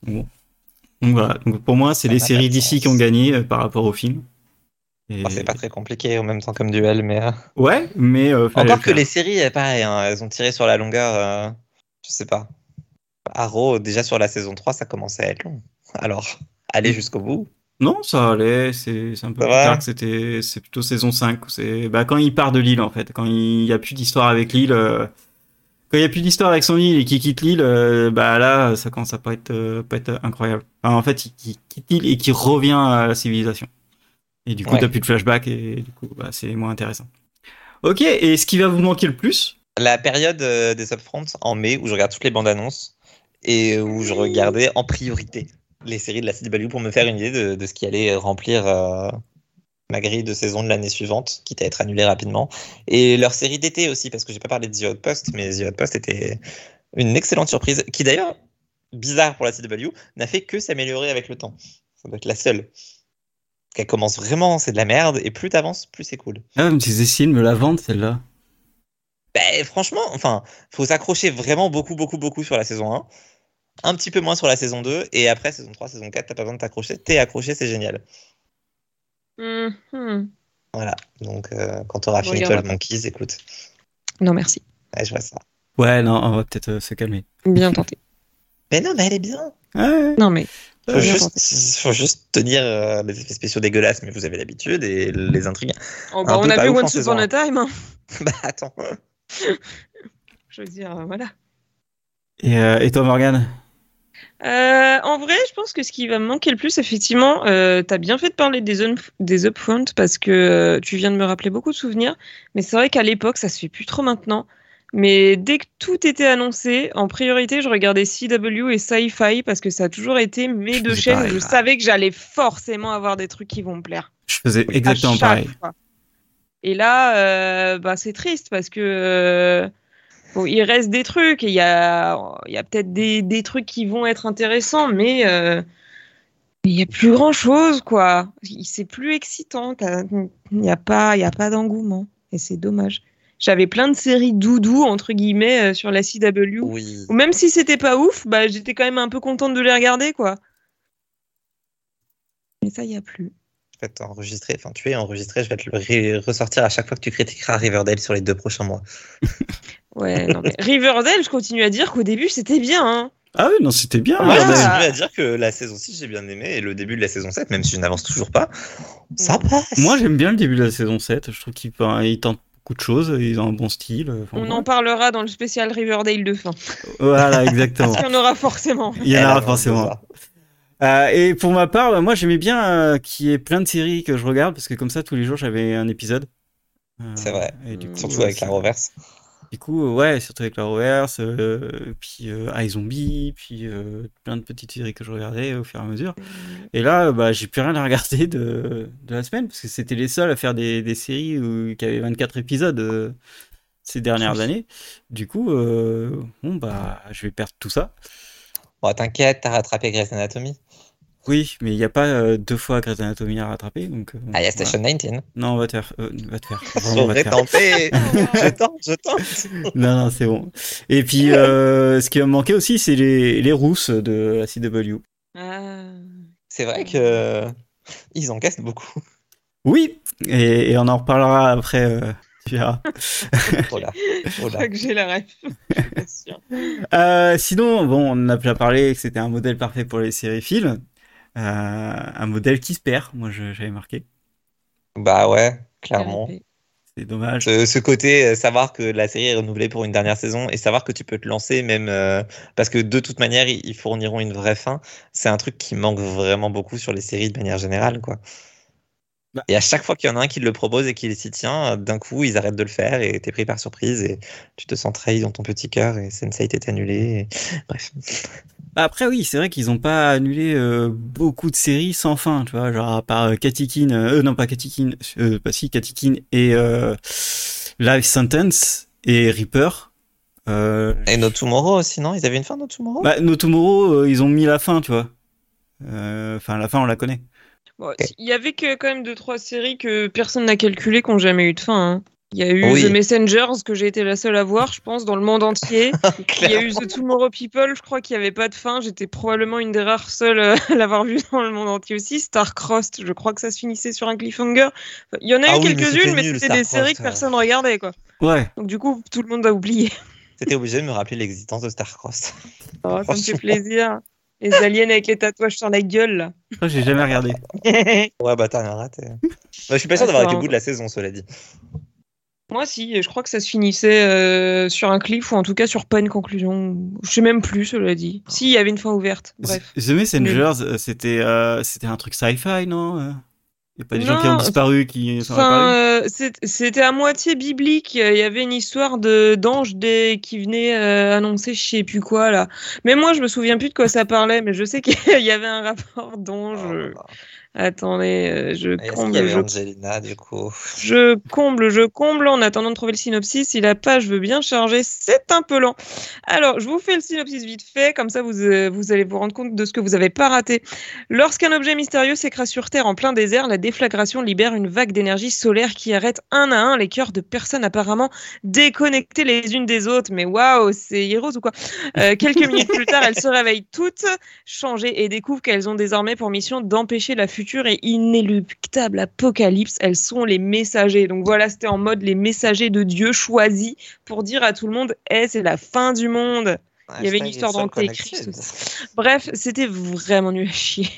Speaker 1: Bon. Donc voilà. Donc pour moi, c'est
Speaker 3: Ça
Speaker 1: les
Speaker 3: n'a pas
Speaker 1: séries
Speaker 3: de
Speaker 1: d'ici
Speaker 3: sens.
Speaker 1: qui ont gagné euh, par rapport au film. Et-
Speaker 3: Enfin, c'est pas très compliqué en même temps comme duel, mais. euh,
Speaker 1: Ouais, mais euh, fallait
Speaker 3: Encore
Speaker 1: le
Speaker 3: que
Speaker 1: faire.
Speaker 3: les séries, euh, pareil, hein, elles ont tiré sur la longueur. euh, je sais pas. Arrow, déjà sur la saison 3, ça commençait à être long. Alors,
Speaker 1: Mm.
Speaker 3: aller jusqu'au bout.
Speaker 1: Non, ça allait, c'est c'est un peu
Speaker 3: Ça
Speaker 1: plus
Speaker 3: va
Speaker 1: tard que c'était, c'est plutôt saison 5. où C'est bah, quand il part de l'île en fait, quand il n'y a plus d'histoire avec l'île, euh, quand il n'y a plus d'histoire avec son île et qu'il quitte l'île, euh, bah là ça commence à pas être, euh, pas être incroyable. Enfin, en fait, il, il quitte l'île et qu'il revient à la civilisation. Et du coup,
Speaker 3: Ouais.
Speaker 1: t'as plus de flashback et du coup, bah, c'est moins intéressant. Ok, et ce qui va vous manquer le plus?
Speaker 3: La période euh, des upfronts en mai, où je regarde toutes les bandes annonces et où je regardais en priorité les séries de la CW pour me faire une idée de, de ce qui allait remplir euh, ma grille de saison de l'année suivante, quitte à être annulée rapidement. Et leur série d'été aussi, parce que j'ai pas parlé de The Outpost, mais The Outpost était une excellente surprise, qui d'ailleurs, bizarre pour la CW, n'a fait que s'améliorer avec le temps. Ça doit être la seule. Elle commence vraiment, c'est de la merde, et plus t'avances, plus c'est cool.
Speaker 1: Ah, mais tu essayé de me la vendre celle-là.
Speaker 3: Ben, franchement, enfin, faut s'accrocher vraiment beaucoup, beaucoup, beaucoup sur la saison 1. Un petit peu moins sur la saison 2. Et après, saison 3, saison 4, t'as pas besoin de t'accrocher. T'es accroché, c'est génial.
Speaker 2: Mhm.
Speaker 3: Voilà. Donc, euh, quand t'auras fini
Speaker 2: Regarde.
Speaker 3: 12 Monkeys, écoute,
Speaker 2: Non, merci.
Speaker 3: ouais, je vois ça.
Speaker 1: Ouais, non, on va peut-être euh, se calmer.
Speaker 2: Bien tenté.
Speaker 3: Mais non, mais elle est bien.
Speaker 1: Ouais,
Speaker 2: Non, mais
Speaker 3: Faut,
Speaker 2: Bien
Speaker 3: juste, faut juste tenir euh, les effets spéciaux dégueulasses, mais vous avez l'habitude, et les intrigues.
Speaker 2: Oh, bah,
Speaker 3: Un
Speaker 2: on
Speaker 3: peu
Speaker 2: a
Speaker 3: pas
Speaker 2: vu
Speaker 3: ouf en
Speaker 2: Once
Speaker 3: saison
Speaker 2: Upon a
Speaker 3: un.
Speaker 2: Time. hein.
Speaker 3: bah, attends.
Speaker 2: Je veux dire, euh, voilà.
Speaker 1: Et, euh, et toi, Morgane?
Speaker 2: Euh, en vrai, je pense que ce qui va me manquer le plus, effectivement, euh, t'as bien fait de parler des, un- des upfront parce que euh, tu viens de me rappeler beaucoup de souvenirs. Mais c'est vrai qu'à l'époque, ça se fait plus trop maintenant. Mais dès que tout était annoncé, en priorité, je regardais CW et Sci-Fi parce que ça a toujours été mes
Speaker 1: Je
Speaker 2: deux
Speaker 1: faisais
Speaker 2: chaînes. où
Speaker 1: pareil,
Speaker 2: je
Speaker 1: ouais.
Speaker 2: savais que j'allais forcément avoir des trucs qui vont me plaire.
Speaker 1: Je faisais exactement
Speaker 3: Ah,
Speaker 2: à chaque
Speaker 1: pareil.
Speaker 2: fois. Et là, euh, bah, c'est triste parce que euh, bon, il reste des trucs et il y a, il y a peut-être des, des trucs qui vont être intéressants, mais euh, mais il n'y a plus grand-chose, quoi. Il- C'est plus excitant. t'as- Il n'y a pas, il y a pas d'engouement et c'est dommage. J'avais plein de séries doudou entre guillemets euh, sur la CW.
Speaker 3: Oui.
Speaker 2: Ou même si c'était pas ouf, bah, j'étais quand même un peu contente de les regarder, quoi. Mais ça, il n'y a plus.
Speaker 3: En fait, enregistré, enfin, tu es enregistré, je vais te le ré- ressortir à chaque fois que tu critiqueras Riverdale sur les deux prochains mois.
Speaker 2: Ouais, non, mais Riverdale, je continue à dire qu'au début c'était bien. hein.
Speaker 1: Ah oui, non, c'était bien.
Speaker 3: Moi, je
Speaker 2: Voilà.
Speaker 1: Riverdale.
Speaker 3: continue à dire que la saison 6, j'ai bien aimé, et le début de la saison 7, même si je n'avance toujours pas, ça passe.
Speaker 1: Moi, j'aime bien le début de la saison 7. Je trouve qu'ils enfin, ils tentent beaucoup de choses. Ils ont un bon style. euh, Enfin,
Speaker 2: On
Speaker 1: bon.
Speaker 2: en parlera dans le spécial Riverdale de fin.
Speaker 1: Voilà,
Speaker 2: Parce
Speaker 1: exactement.
Speaker 2: qu'il y en aura forcément.
Speaker 1: Il y en
Speaker 3: Elle
Speaker 1: aura
Speaker 3: avance
Speaker 1: forcément.
Speaker 3: déjà.
Speaker 1: Euh, et pour ma part, bah, moi j'aimais bien euh, qu'il y ait plein de séries que je regarde parce que comme ça tous les jours j'avais un épisode. Euh,
Speaker 3: C'est vrai.
Speaker 1: et du coup,
Speaker 3: Surtout
Speaker 1: ouais,
Speaker 3: avec
Speaker 1: c'est-
Speaker 3: la reverse.
Speaker 1: Du coup, euh, ouais, surtout avec la reverse, euh, puis euh, iZombie, puis euh, plein de petites séries que je regardais au fur et à mesure. Et là, euh, bah, j'ai plus rien à regarder de, de la semaine parce que c'était les seuls à faire des, des séries où, qui avaient 24 épisodes euh, ces dernières
Speaker 3: Oui.
Speaker 1: années. Du coup, euh, bon bah, je vais perdre tout ça.
Speaker 3: Bon, t'inquiète, t'as rattrapé Grey's Anatomy.
Speaker 1: Oui, mais il n'y a pas euh, deux fois Grey's Anatomy à rattraper, donc. euh, bon,
Speaker 3: Ah, il y a
Speaker 1: voilà.
Speaker 3: Station 19.
Speaker 1: Non, on va te faire. euh, va te faire. Vraiment, on va te
Speaker 3: J'aurais
Speaker 1: faire.
Speaker 3: tenté. je tente, je tente.
Speaker 1: Non, non, c'est bon. Et puis, euh, ce qui m'a manqué aussi, c'est les, les rousses de la CW.
Speaker 2: Ah.
Speaker 3: C'est vrai que ils encaissent beaucoup.
Speaker 1: Oui, et, et on en reparlera après. euh, tu verras.
Speaker 3: Oh là,
Speaker 2: Je
Speaker 3: oh
Speaker 2: crois
Speaker 3: là.
Speaker 2: Ah. que j'ai la ref. Je suis pas sûre.
Speaker 1: Euh, sinon, bon, on en a déjà parlé que c'était un modèle parfait pour les séries films. Euh, un modèle qui se perd, moi je- j'avais marqué.
Speaker 3: Bah ouais, clairement.
Speaker 1: C'est dommage.
Speaker 3: Ce, ce côté, euh, savoir que la série est renouvelée pour une dernière saison et savoir que tu peux te lancer même euh, parce que de toute manière ils ils fourniront une vraie fin, c'est un truc qui manque vraiment beaucoup sur les séries de manière générale quoi.
Speaker 1: Bah.
Speaker 3: Et à chaque fois qu'il y en a un qui le propose et qui s'y tient, euh, d'un coup ils arrêtent de le faire et t'es pris par surprise et tu te sens trahi dans ton petit cœur et Sensei est annulé. et- Bref.
Speaker 1: Bah après, oui, c'est vrai qu'ils n'ont pas annulé euh, beaucoup de séries sans fin, tu vois, genre par Katikin, euh, euh, non pas Katikin, euh, pas si, Katikin et euh, Life Sentence et Reaper. Euh,
Speaker 3: Et No Tomorrow aussi non Ils avaient une fin No Tomorrow
Speaker 1: bah, No Tomorrow, euh, ils ont mis la fin, tu vois. Euh, Enfin, la fin, on la connaît.
Speaker 2: Bon, il y avait que, quand même deux trois séries que personne n'a calculé, qui n'ont jamais eu de fin. hein. Il y a eu
Speaker 3: Oui.
Speaker 2: The Messengers que j'ai été la seule à voir, je pense, dans le monde entier. Il y a eu The Tomorrow People, je crois qu'il n'y avait pas de fin. J'étais probablement une des rares seules euh, à l'avoir vu dans le monde entier aussi. Starcrossed, je crois que ça se finissait sur un cliffhanger. Enfin, Il y en a
Speaker 3: Ah
Speaker 2: eu
Speaker 3: oui, mais
Speaker 2: quelques-unes,
Speaker 3: c'était
Speaker 2: mais
Speaker 3: nul,
Speaker 2: c'était des
Speaker 3: Starcrossed,
Speaker 2: séries que
Speaker 3: euh.
Speaker 2: personne regardait, quoi.
Speaker 1: Ouais.
Speaker 2: Donc du coup, tout le monde a oublié.
Speaker 3: T'étais obligé de me rappeler l'existence de
Speaker 2: Oh,
Speaker 3: Starcross.
Speaker 2: ça me fait
Speaker 3: Franchement.
Speaker 2: plaisir. Les aliens avec les tatouages sur la gueule.
Speaker 1: Ça, j'ai
Speaker 3: Euh,
Speaker 1: jamais regardé.
Speaker 2: là.
Speaker 3: Ouais, bah t'as rien raté. Bah, je suis pas sûr
Speaker 2: Ouais,
Speaker 3: d'avoir
Speaker 2: c'est
Speaker 3: été
Speaker 2: un-
Speaker 3: le bout de la saison, cela dit.
Speaker 2: Moi, si, je crois que ça se finissait euh, sur un cliff ou en tout cas sur pas une conclusion. Je sais même plus, cela dit. Si, il y avait une fin ouverte. Bref.
Speaker 1: The Messengers, euh, c'était euh, c'était un truc sci-fi, non Il n'y a pas des gens qui ont
Speaker 2: Non,
Speaker 1: disparu, qui sont
Speaker 2: Enfin,
Speaker 1: apparus
Speaker 2: euh, c'est- c'était à moitié biblique. Il y avait une histoire de d'ange des- qui venait euh, annoncer je sais plus quoi là. Mais moi, je me souviens plus de quoi ça parlait, mais je sais qu'il y avait un rapport
Speaker 3: Oh
Speaker 2: d'ange. Attendez, euh, je
Speaker 3: Et Ah. Bah, Est-ce qu'il
Speaker 2: comble,
Speaker 3: y avait
Speaker 2: je
Speaker 3: Angelina, du coup
Speaker 2: Je comble, je comble en attendant de trouver le synopsis. Si la page veut bien charger, c'est un peu lent. Alors, je vous fais le synopsis vite fait, comme ça vous, euh, vous allez vous rendre compte de ce que vous n'avez pas raté. Lorsqu'un objet mystérieux s'écrase sur Terre en plein désert, la déflagration libère une vague d'énergie solaire qui arrête un à un les cœurs de personnes apparemment déconnectées les unes des autres. Mais waouh, c'est Heroes ou quoi Euh, Quelques minutes plus tard, elles se réveillent toutes changées et découvrent qu'elles ont désormais pour mission d'empêcher la future et inéluctable apocalypse. Elles sont les messagers. Donc voilà, c'était en mode les messagers de Dieu choisis pour dire à tout le monde Eh, c'est la fin du monde. Il y avait une histoire d'Antéchrist Bref, c'était vraiment nul à chier.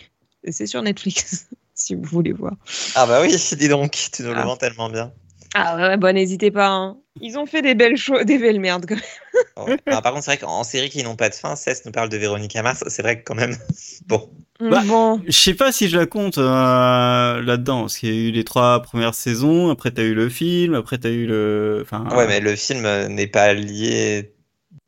Speaker 2: Et C'est sur Netflix, si vous voulez voir.
Speaker 3: Ah bah oui, dis donc, tu nous
Speaker 2: Ah.
Speaker 3: le vends tellement bien.
Speaker 2: Ah ouais, ouais, bah n'hésitez pas. hein. Ils ont fait des belles choses, des belles merdes. quand même.
Speaker 3: Ouais. Ah, par contre, c'est vrai qu'en série qui n'ont pas de fin, Cess nous parle de Véronica Mars. C'est vrai que quand même, bon.
Speaker 1: Bah.
Speaker 2: Bon,
Speaker 1: Je sais pas si je la compte euh, là-dedans, parce qu'il y a eu les trois premières saisons, après t'as eu le film, après t'as eu le... Enfin,
Speaker 3: Ouais, mais le film euh, n'est pas lié.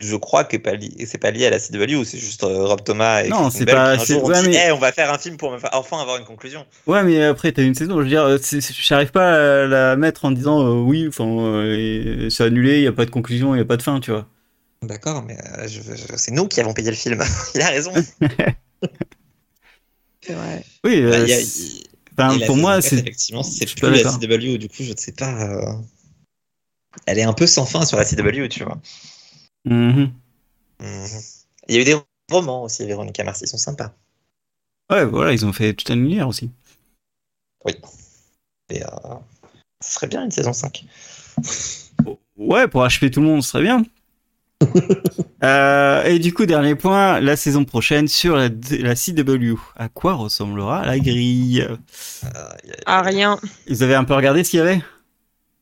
Speaker 3: Je crois que pas lié- c'est pas lié à la CW, c'est juste euh, Rob Thomas et
Speaker 1: Non,
Speaker 3: Kristen
Speaker 1: c'est
Speaker 3: Bell
Speaker 1: pas-
Speaker 3: qui, Un
Speaker 1: c'est-
Speaker 3: jour, on
Speaker 1: ouais,
Speaker 3: dit,
Speaker 1: mais-
Speaker 3: Eh, on va faire un film pour enfin avoir une conclusion.
Speaker 1: ouais, mais après t'as eu une saison, je veux dire, euh, c'est- c'est- j'arrive pas à la mettre en disant euh, oui, enfin, euh, et c'est annulé, il y a pas de conclusion, il y a pas de fin, tu vois.
Speaker 3: D'accord, mais euh, je- je- c'est nous qui avons payé le film. Il a raison.
Speaker 2: c'est vrai.
Speaker 1: Oui, euh,
Speaker 3: Il Bah, y a-
Speaker 1: c'est-
Speaker 3: il-
Speaker 1: enfin,
Speaker 3: et la
Speaker 1: Ah, pour
Speaker 3: saison
Speaker 1: moi,
Speaker 3: quatre,
Speaker 1: c'est...
Speaker 3: effectivement c'est
Speaker 1: je suis
Speaker 3: plus
Speaker 1: pas
Speaker 3: la
Speaker 1: d'accord.
Speaker 3: CW, du coup je ne sais pas. euh, Elle est un peu sans fin sur la CW, tu vois.
Speaker 1: Mhm.
Speaker 3: Mhm. Il y a eu des romans aussi, Véronica Mars, ils sont sympas.
Speaker 1: Ouais, voilà, ils ont fait tout un univers aussi.
Speaker 3: Oui. Et, euh, ce serait bien une saison 5.
Speaker 1: Ouais, pour achever tout le monde, ce serait bien. Euh, et du coup, dernier point, la saison prochaine sur la, la CW. À quoi ressemblera la grille
Speaker 3: Euh,
Speaker 1: Ah,
Speaker 2: À rien.
Speaker 1: Vous avez un peu regardé ce qu'il y avait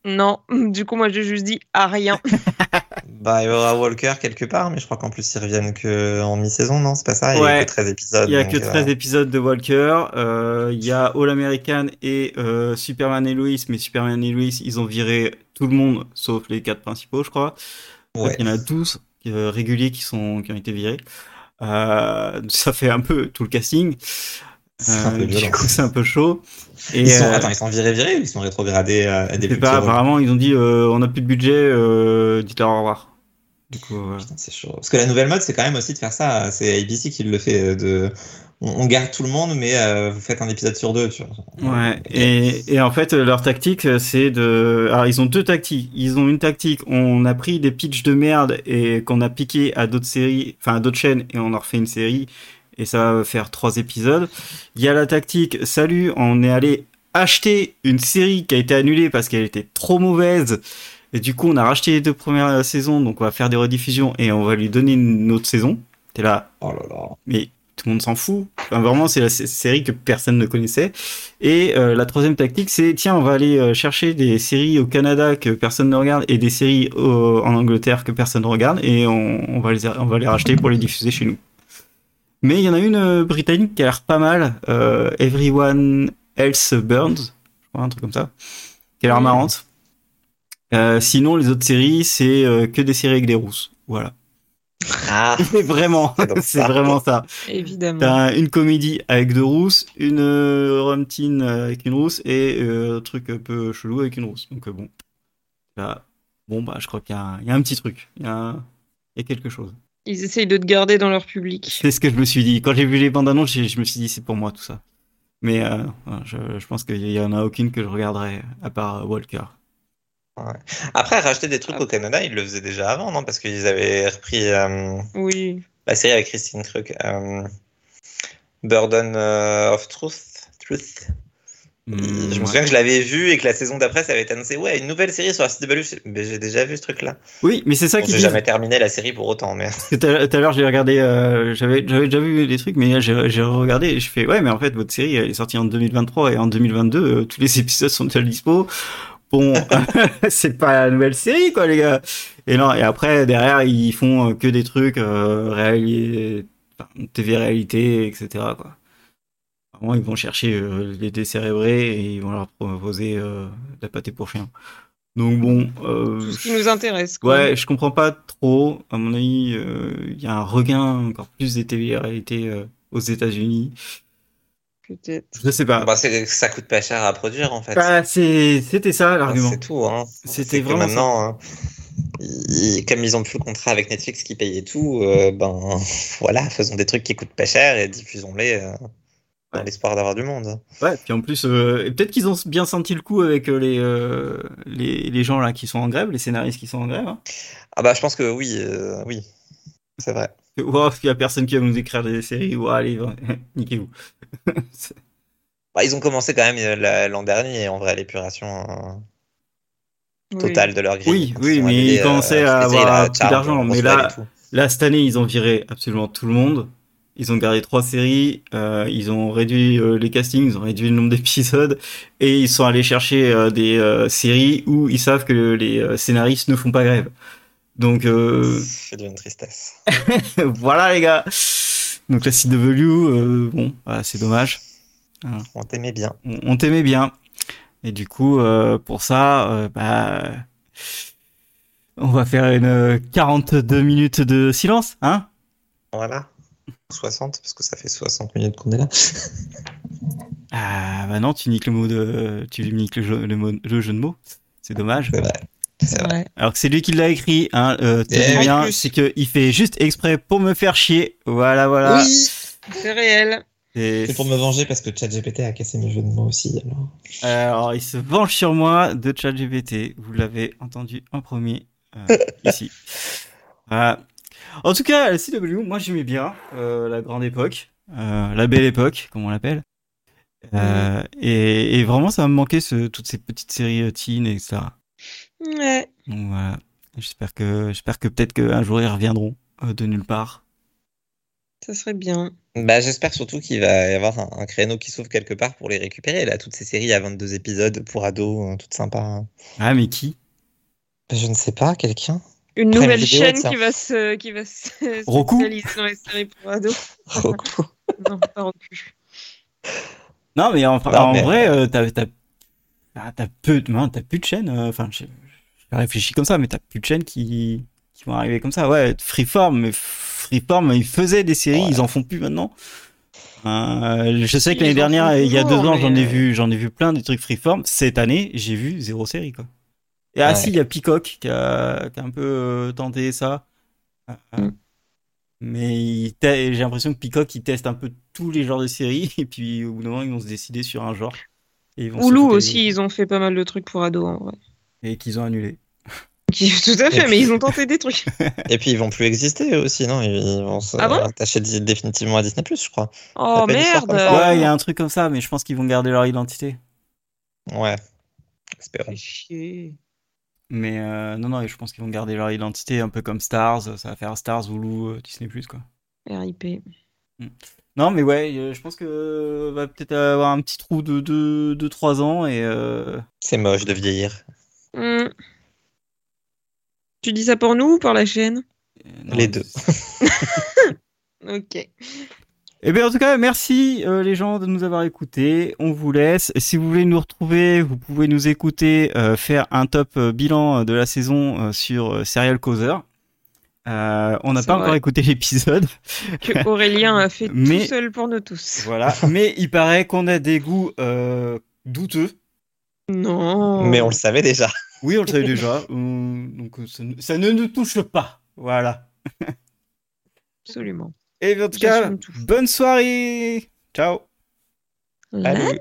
Speaker 2: Non. Du coup, moi, j'ai juste dit à rien.
Speaker 3: Bah, il y aura Walker quelque part, mais je crois qu'en plus ils reviennent que en mi-saison, non C'est pas ça Il y a
Speaker 1: Ouais.
Speaker 3: que 13 épisodes.
Speaker 1: Il y a
Speaker 3: donc,
Speaker 1: que
Speaker 3: euh,
Speaker 1: 13 épisodes de Walker. euh, il y a All American et euh, Superman et Lois. Mais Superman et Lois, ils ont viré tout le monde, sauf les quatre principaux, je crois.
Speaker 3: ouais.
Speaker 1: Il y en a 12 euh, réguliers qui, sont, qui ont été virés. Euh, ça fait un peu tout le casting.
Speaker 3: C'est un peu
Speaker 1: Euh,
Speaker 3: violent.
Speaker 1: du coup, c'est un peu chaud. Et,
Speaker 3: Ils sont,
Speaker 1: euh,
Speaker 3: Attends, ils sont virés, virés ou ils sont rétrogradés euh, à des
Speaker 1: je sais pas,
Speaker 3: petits rôles
Speaker 1: apparemment, ils ont dit euh, on n'a plus de budget, euh, dites-leur au revoir. Du coup, euh,
Speaker 3: Putain, c'est chaud. Parce que la nouvelle mode, c'est quand même aussi de faire ça. C'est ABC qui le fait. euh, De... On, on garde tout le monde, mais euh, vous faites un épisode sur deux. Tu vois.
Speaker 1: Ouais, et, et en fait, euh, leur tactique, euh, c'est de. Alors, ils ont deux tactiques. Ils ont une tactique, on a pris des pitchs de merde et qu'on a piqué à d'autres séries, enfin, à d'autres chaînes et on en refait une série et ça va faire trois épisodes. Il y a la tactique, salut, on est allé acheter une série qui a été annulée parce qu'elle était trop mauvaise et du coup, on a racheté les deux premières saisons, donc on va faire des rediffusions et on va lui donner une autre saison. T'es là,
Speaker 3: Oh là là.
Speaker 1: mais tout le monde s'en fout. Enfin, vraiment, c'est la sé- série que personne ne connaissait. Et euh, la troisième tactique, c'est tiens, on va aller euh, chercher des séries au Canada que personne ne regarde et des séries au- en Angleterre que personne ne regarde et on, on va les, on va les racheter pour les diffuser chez nous. Mais il y en a une euh, britannique qui a l'air pas mal, euh, Everyone Else Burns, je crois, un truc comme ça, qui a l'air
Speaker 2: Mhm.
Speaker 1: marrante. Euh, sinon, les autres séries, c'est euh, que des séries avec des rousses. Voilà.
Speaker 3: Ah,
Speaker 1: C'est vraiment,
Speaker 3: J'adore
Speaker 1: c'est
Speaker 3: ça.
Speaker 1: vraiment ça.
Speaker 2: Évidemment.
Speaker 1: T'as une comédie avec deux rousses, une euh, rum teen avec une rousse et euh, un truc un peu chelou avec une rousse. Donc euh, bon, là, bon bah je crois qu'il y, a un- il y a un petit truc, il y a, un- il y a quelque chose.
Speaker 2: Ils essayent de te garder dans leur public.
Speaker 1: C'est ce que je me suis dit quand j'ai vu les bandes annonces, j'ai- je me suis dit c'est pour moi tout ça. Mais euh, ouais, je, je pense qu'il y en a aucune que je regarderai à part euh, Walker.
Speaker 3: Après, racheter des trucs au Canada, ils le faisaient déjà avant, non Parce qu'ils avaient repris euh,
Speaker 2: Oui.
Speaker 3: la série avec Christine Krug, euh, Burden euh, of Truth. Truth.
Speaker 1: Hmm,
Speaker 3: je me
Speaker 1: ouais.
Speaker 3: souviens que je l'avais vu et que la saison d'après, ça avait été annoncé. Ouais, une nouvelle série sur la CW. Je- Mais j'ai déjà vu ce truc-là.
Speaker 1: Oui, mais c'est ça
Speaker 3: Bon,
Speaker 1: qui
Speaker 3: j'ai
Speaker 1: dit.
Speaker 3: jamais terminé la série pour autant, mais
Speaker 1: Parce que tout à- tout à l'heure, j'ai regardé, euh, j'avais j'avais déjà vu des trucs, mais là, j'ai j'ai regardé et je fais, ouais, mais en fait, votre série, elle est sortie en 2023 et en 2022, euh, tous les épisodes sont déjà dispo. Bon, c'est pas la nouvelle série, quoi, les gars. Et non, et après, derrière, ils font euh, que des trucs, euh, réali- enfin, TV réalité, etc., quoi. Vraiment, ils vont chercher euh, les décérébrés et ils vont leur proposer euh, de la pâté pour chien. Donc bon, euh,
Speaker 2: Tout ce qui nous intéresse. quoi.
Speaker 1: Ouais, je comprends pas trop. À mon avis, euh, il y a un regain encore plus des télé-réalités euh, aux États-Unis.
Speaker 2: Peut-être.
Speaker 1: Je sais pas.
Speaker 3: Bah, c'est- ça coûte pas cher à produire en fait.
Speaker 1: Bah, c'est- c'était ça
Speaker 3: Enfin,
Speaker 1: l'argument.
Speaker 3: C'est tout. Hein.
Speaker 1: C'était
Speaker 3: C'est que
Speaker 1: vraiment ça.
Speaker 3: maintenant, hein, ils- comme ils ont plus le contrat avec Netflix qui payait tout, euh, ben voilà, faisons des trucs qui coûtent pas cher et diffusons-les euh, dans
Speaker 1: Ouais.
Speaker 3: l'espoir d'avoir du monde.
Speaker 1: Ouais, puis en plus, euh, et peut-être qu'ils ont bien senti le coup avec euh, les, euh, les, les gens là qui sont en grève, les scénaristes qui sont en grève. hein.
Speaker 3: Ah bah je pense que oui, euh, oui, c'est vrai.
Speaker 1: Que, Ouah, il y a personne qui va nous écrire des séries. Ouah, allez, va- niquez-vous. C'est-
Speaker 3: Bah, ils ont commencé quand même euh, la- l'an dernier en vrai l'épuration euh,
Speaker 2: Oui.
Speaker 3: totale de leur
Speaker 1: Oui,
Speaker 3: grille.
Speaker 1: oui, mais ils
Speaker 3: euh,
Speaker 1: commençaient à avoir un peu d'argent, mais là- Là, cette année, ils ont viré absolument tout le monde. Ils ont gardé trois séries, euh, ils ont réduit euh, les castings, ils ont réduit le nombre d'épisodes, et ils sont allés chercher euh, des euh, séries où ils savent que les euh, scénaristes ne font pas grève. Donc euh,
Speaker 3: C'est d'une tristesse.
Speaker 1: voilà les gars. Donc la CW, euh, bon, voilà, c'est dommage.
Speaker 3: On t'aimait bien.
Speaker 1: on, on t'aimait bien. Et du coup, euh, pour ça, euh, bah, on va faire une euh, 42 minutes de silence, hein
Speaker 3: Voilà. 60, parce que ça fait 60 minutes qu'on est là.
Speaker 1: Ah bah non, tu niques le mot de, tu niques le jeu, le mot- le jeu de mots. C'est dommage.
Speaker 3: C'est vrai. C'est vrai.
Speaker 2: Ouais.
Speaker 1: Alors que c'est lui qui l'a écrit, hein. Euh,
Speaker 3: Eh
Speaker 1: tenez
Speaker 3: oui.
Speaker 1: bien, c'est que il fait juste exprès pour me faire chier. Voilà, voilà.
Speaker 3: Oui
Speaker 2: C'est réel.
Speaker 1: Et-
Speaker 3: C'est pour me venger parce que ChatGPT a cassé mes jeux de mots aussi. Alors.
Speaker 1: Alors, il se venge sur moi de ChatGPT. Vous l'avez entendu en premier euh, ici. Voilà. En tout cas, la CW, moi j'aimais bien euh, la grande époque, euh, la belle époque, comme on l'appelle. Euh,
Speaker 3: Mm.
Speaker 1: et, et vraiment, ça me manquait ce, toutes ces petites séries euh, teen et ça.
Speaker 2: Ouais.
Speaker 1: Donc voilà. J'espère que, j'espère que peut-être qu'un jour ils reviendront euh, de nulle part.
Speaker 2: Ça serait bien.
Speaker 3: Bah, J'espère surtout qu'il va y avoir un, un créneau qui s'ouvre quelque part pour les récupérer. Là, toutes ces séries à 22 épisodes pour ados, euh, toutes sympas. hein.
Speaker 1: Ah, mais qui
Speaker 3: Bah, je ne sais pas, quelqu'un
Speaker 2: Une
Speaker 3: Prime
Speaker 2: nouvelle
Speaker 3: Video,
Speaker 2: chaîne
Speaker 3: tiens.
Speaker 2: qui va se, qui va se
Speaker 1: Roku
Speaker 2: spécialiser dans les séries pour ados.
Speaker 3: Roku.
Speaker 2: Non, pas Roku.
Speaker 1: Non, mais en,
Speaker 3: Non,
Speaker 1: en
Speaker 3: mais-
Speaker 1: vrai, euh, t'as, t'as, ah, t'as peu, de- non, t'as plus de chaînes. euh, Enfin, je, je réfléchis comme ça, mais t'as plus de chaînes qui, qui vont arriver comme ça. Ouais, Freeform, mais Freeform, ils faisaient des séries,
Speaker 3: Ouais.
Speaker 1: ils en font plus maintenant. Euh, je sais que
Speaker 2: Ils
Speaker 1: l'année
Speaker 2: en font
Speaker 1: dernière, il y a deux
Speaker 2: toujours,
Speaker 1: ans, j'en ai
Speaker 2: mais, euh,
Speaker 1: vu, j'en ai vu plein des trucs Freeform. Cette année, j'ai vu zéro série quoi. Et ah
Speaker 3: Ouais.
Speaker 1: si, il y a Peacock qui a, qui a un peu euh, tenté ça. Euh,
Speaker 2: Mm.
Speaker 1: Mais il te- j'ai l'impression que Peacock il teste un peu tous les genres de séries et puis au bout d'un moment ils vont se décider sur un genre. Et ils vont se
Speaker 2: Hulu
Speaker 1: focaliser
Speaker 2: aussi, ils ont fait pas mal de trucs pour ados en vrai.
Speaker 1: Et qu'ils ont annulé.
Speaker 2: Qui- Tout à fait, mais ils ont tenté des trucs.
Speaker 3: Et puis ils vont plus exister eux aussi, non Ils ils vont se
Speaker 2: Ah bon
Speaker 3: rattacher dé- définitivement à Disney, je crois.
Speaker 2: Oh
Speaker 3: Appelle l'histoire
Speaker 2: merde.
Speaker 3: comme ça.
Speaker 1: Ouais, il y a un truc comme ça, mais je pense qu'ils vont garder leur identité.
Speaker 3: Ouais. Espérons.
Speaker 2: Fais chier.
Speaker 1: Mais euh, non, non, et je pense qu'ils vont garder leur identité un peu comme Stars. Ça va faire Stars, Hulu, euh, Disney+, quoi.
Speaker 2: RIP.
Speaker 1: Non, mais ouais, euh, je pense que euh, va peut-être avoir un petit trou de 2 de, 3 ans et euh,
Speaker 3: C'est moche de vieillir.
Speaker 2: Hmm. Tu dis ça pour nous ou pour la chaîne
Speaker 1: euh, non,
Speaker 3: Les deux.
Speaker 2: Ok.
Speaker 1: Eh bien, en tout cas, merci euh, les gens de nous avoir écoutés. On vous laisse. Si vous voulez nous retrouver, vous pouvez nous écouter euh, faire un top euh, bilan euh, de la saison euh, sur euh, Serial Causer. Euh, on n'a
Speaker 2: C'est
Speaker 1: pas
Speaker 2: vrai.
Speaker 1: encore écouté l'épisode,
Speaker 2: Que Aurélien a fait
Speaker 1: Mais-
Speaker 2: tout seul pour nous tous.
Speaker 1: voilà. Mais il paraît qu'on a des goûts euh, douteux.
Speaker 2: Non.
Speaker 3: Mais on le savait déjà.
Speaker 1: Oui, on le savait déjà. Euh, donc euh, ça, ne- ça ne nous touche pas. Voilà.
Speaker 2: Absolument.
Speaker 1: Et bien, en tout cas,
Speaker 2: J'assume tout.
Speaker 1: bonne soirée. Ciao.
Speaker 3: Allez.
Speaker 2: L'ami.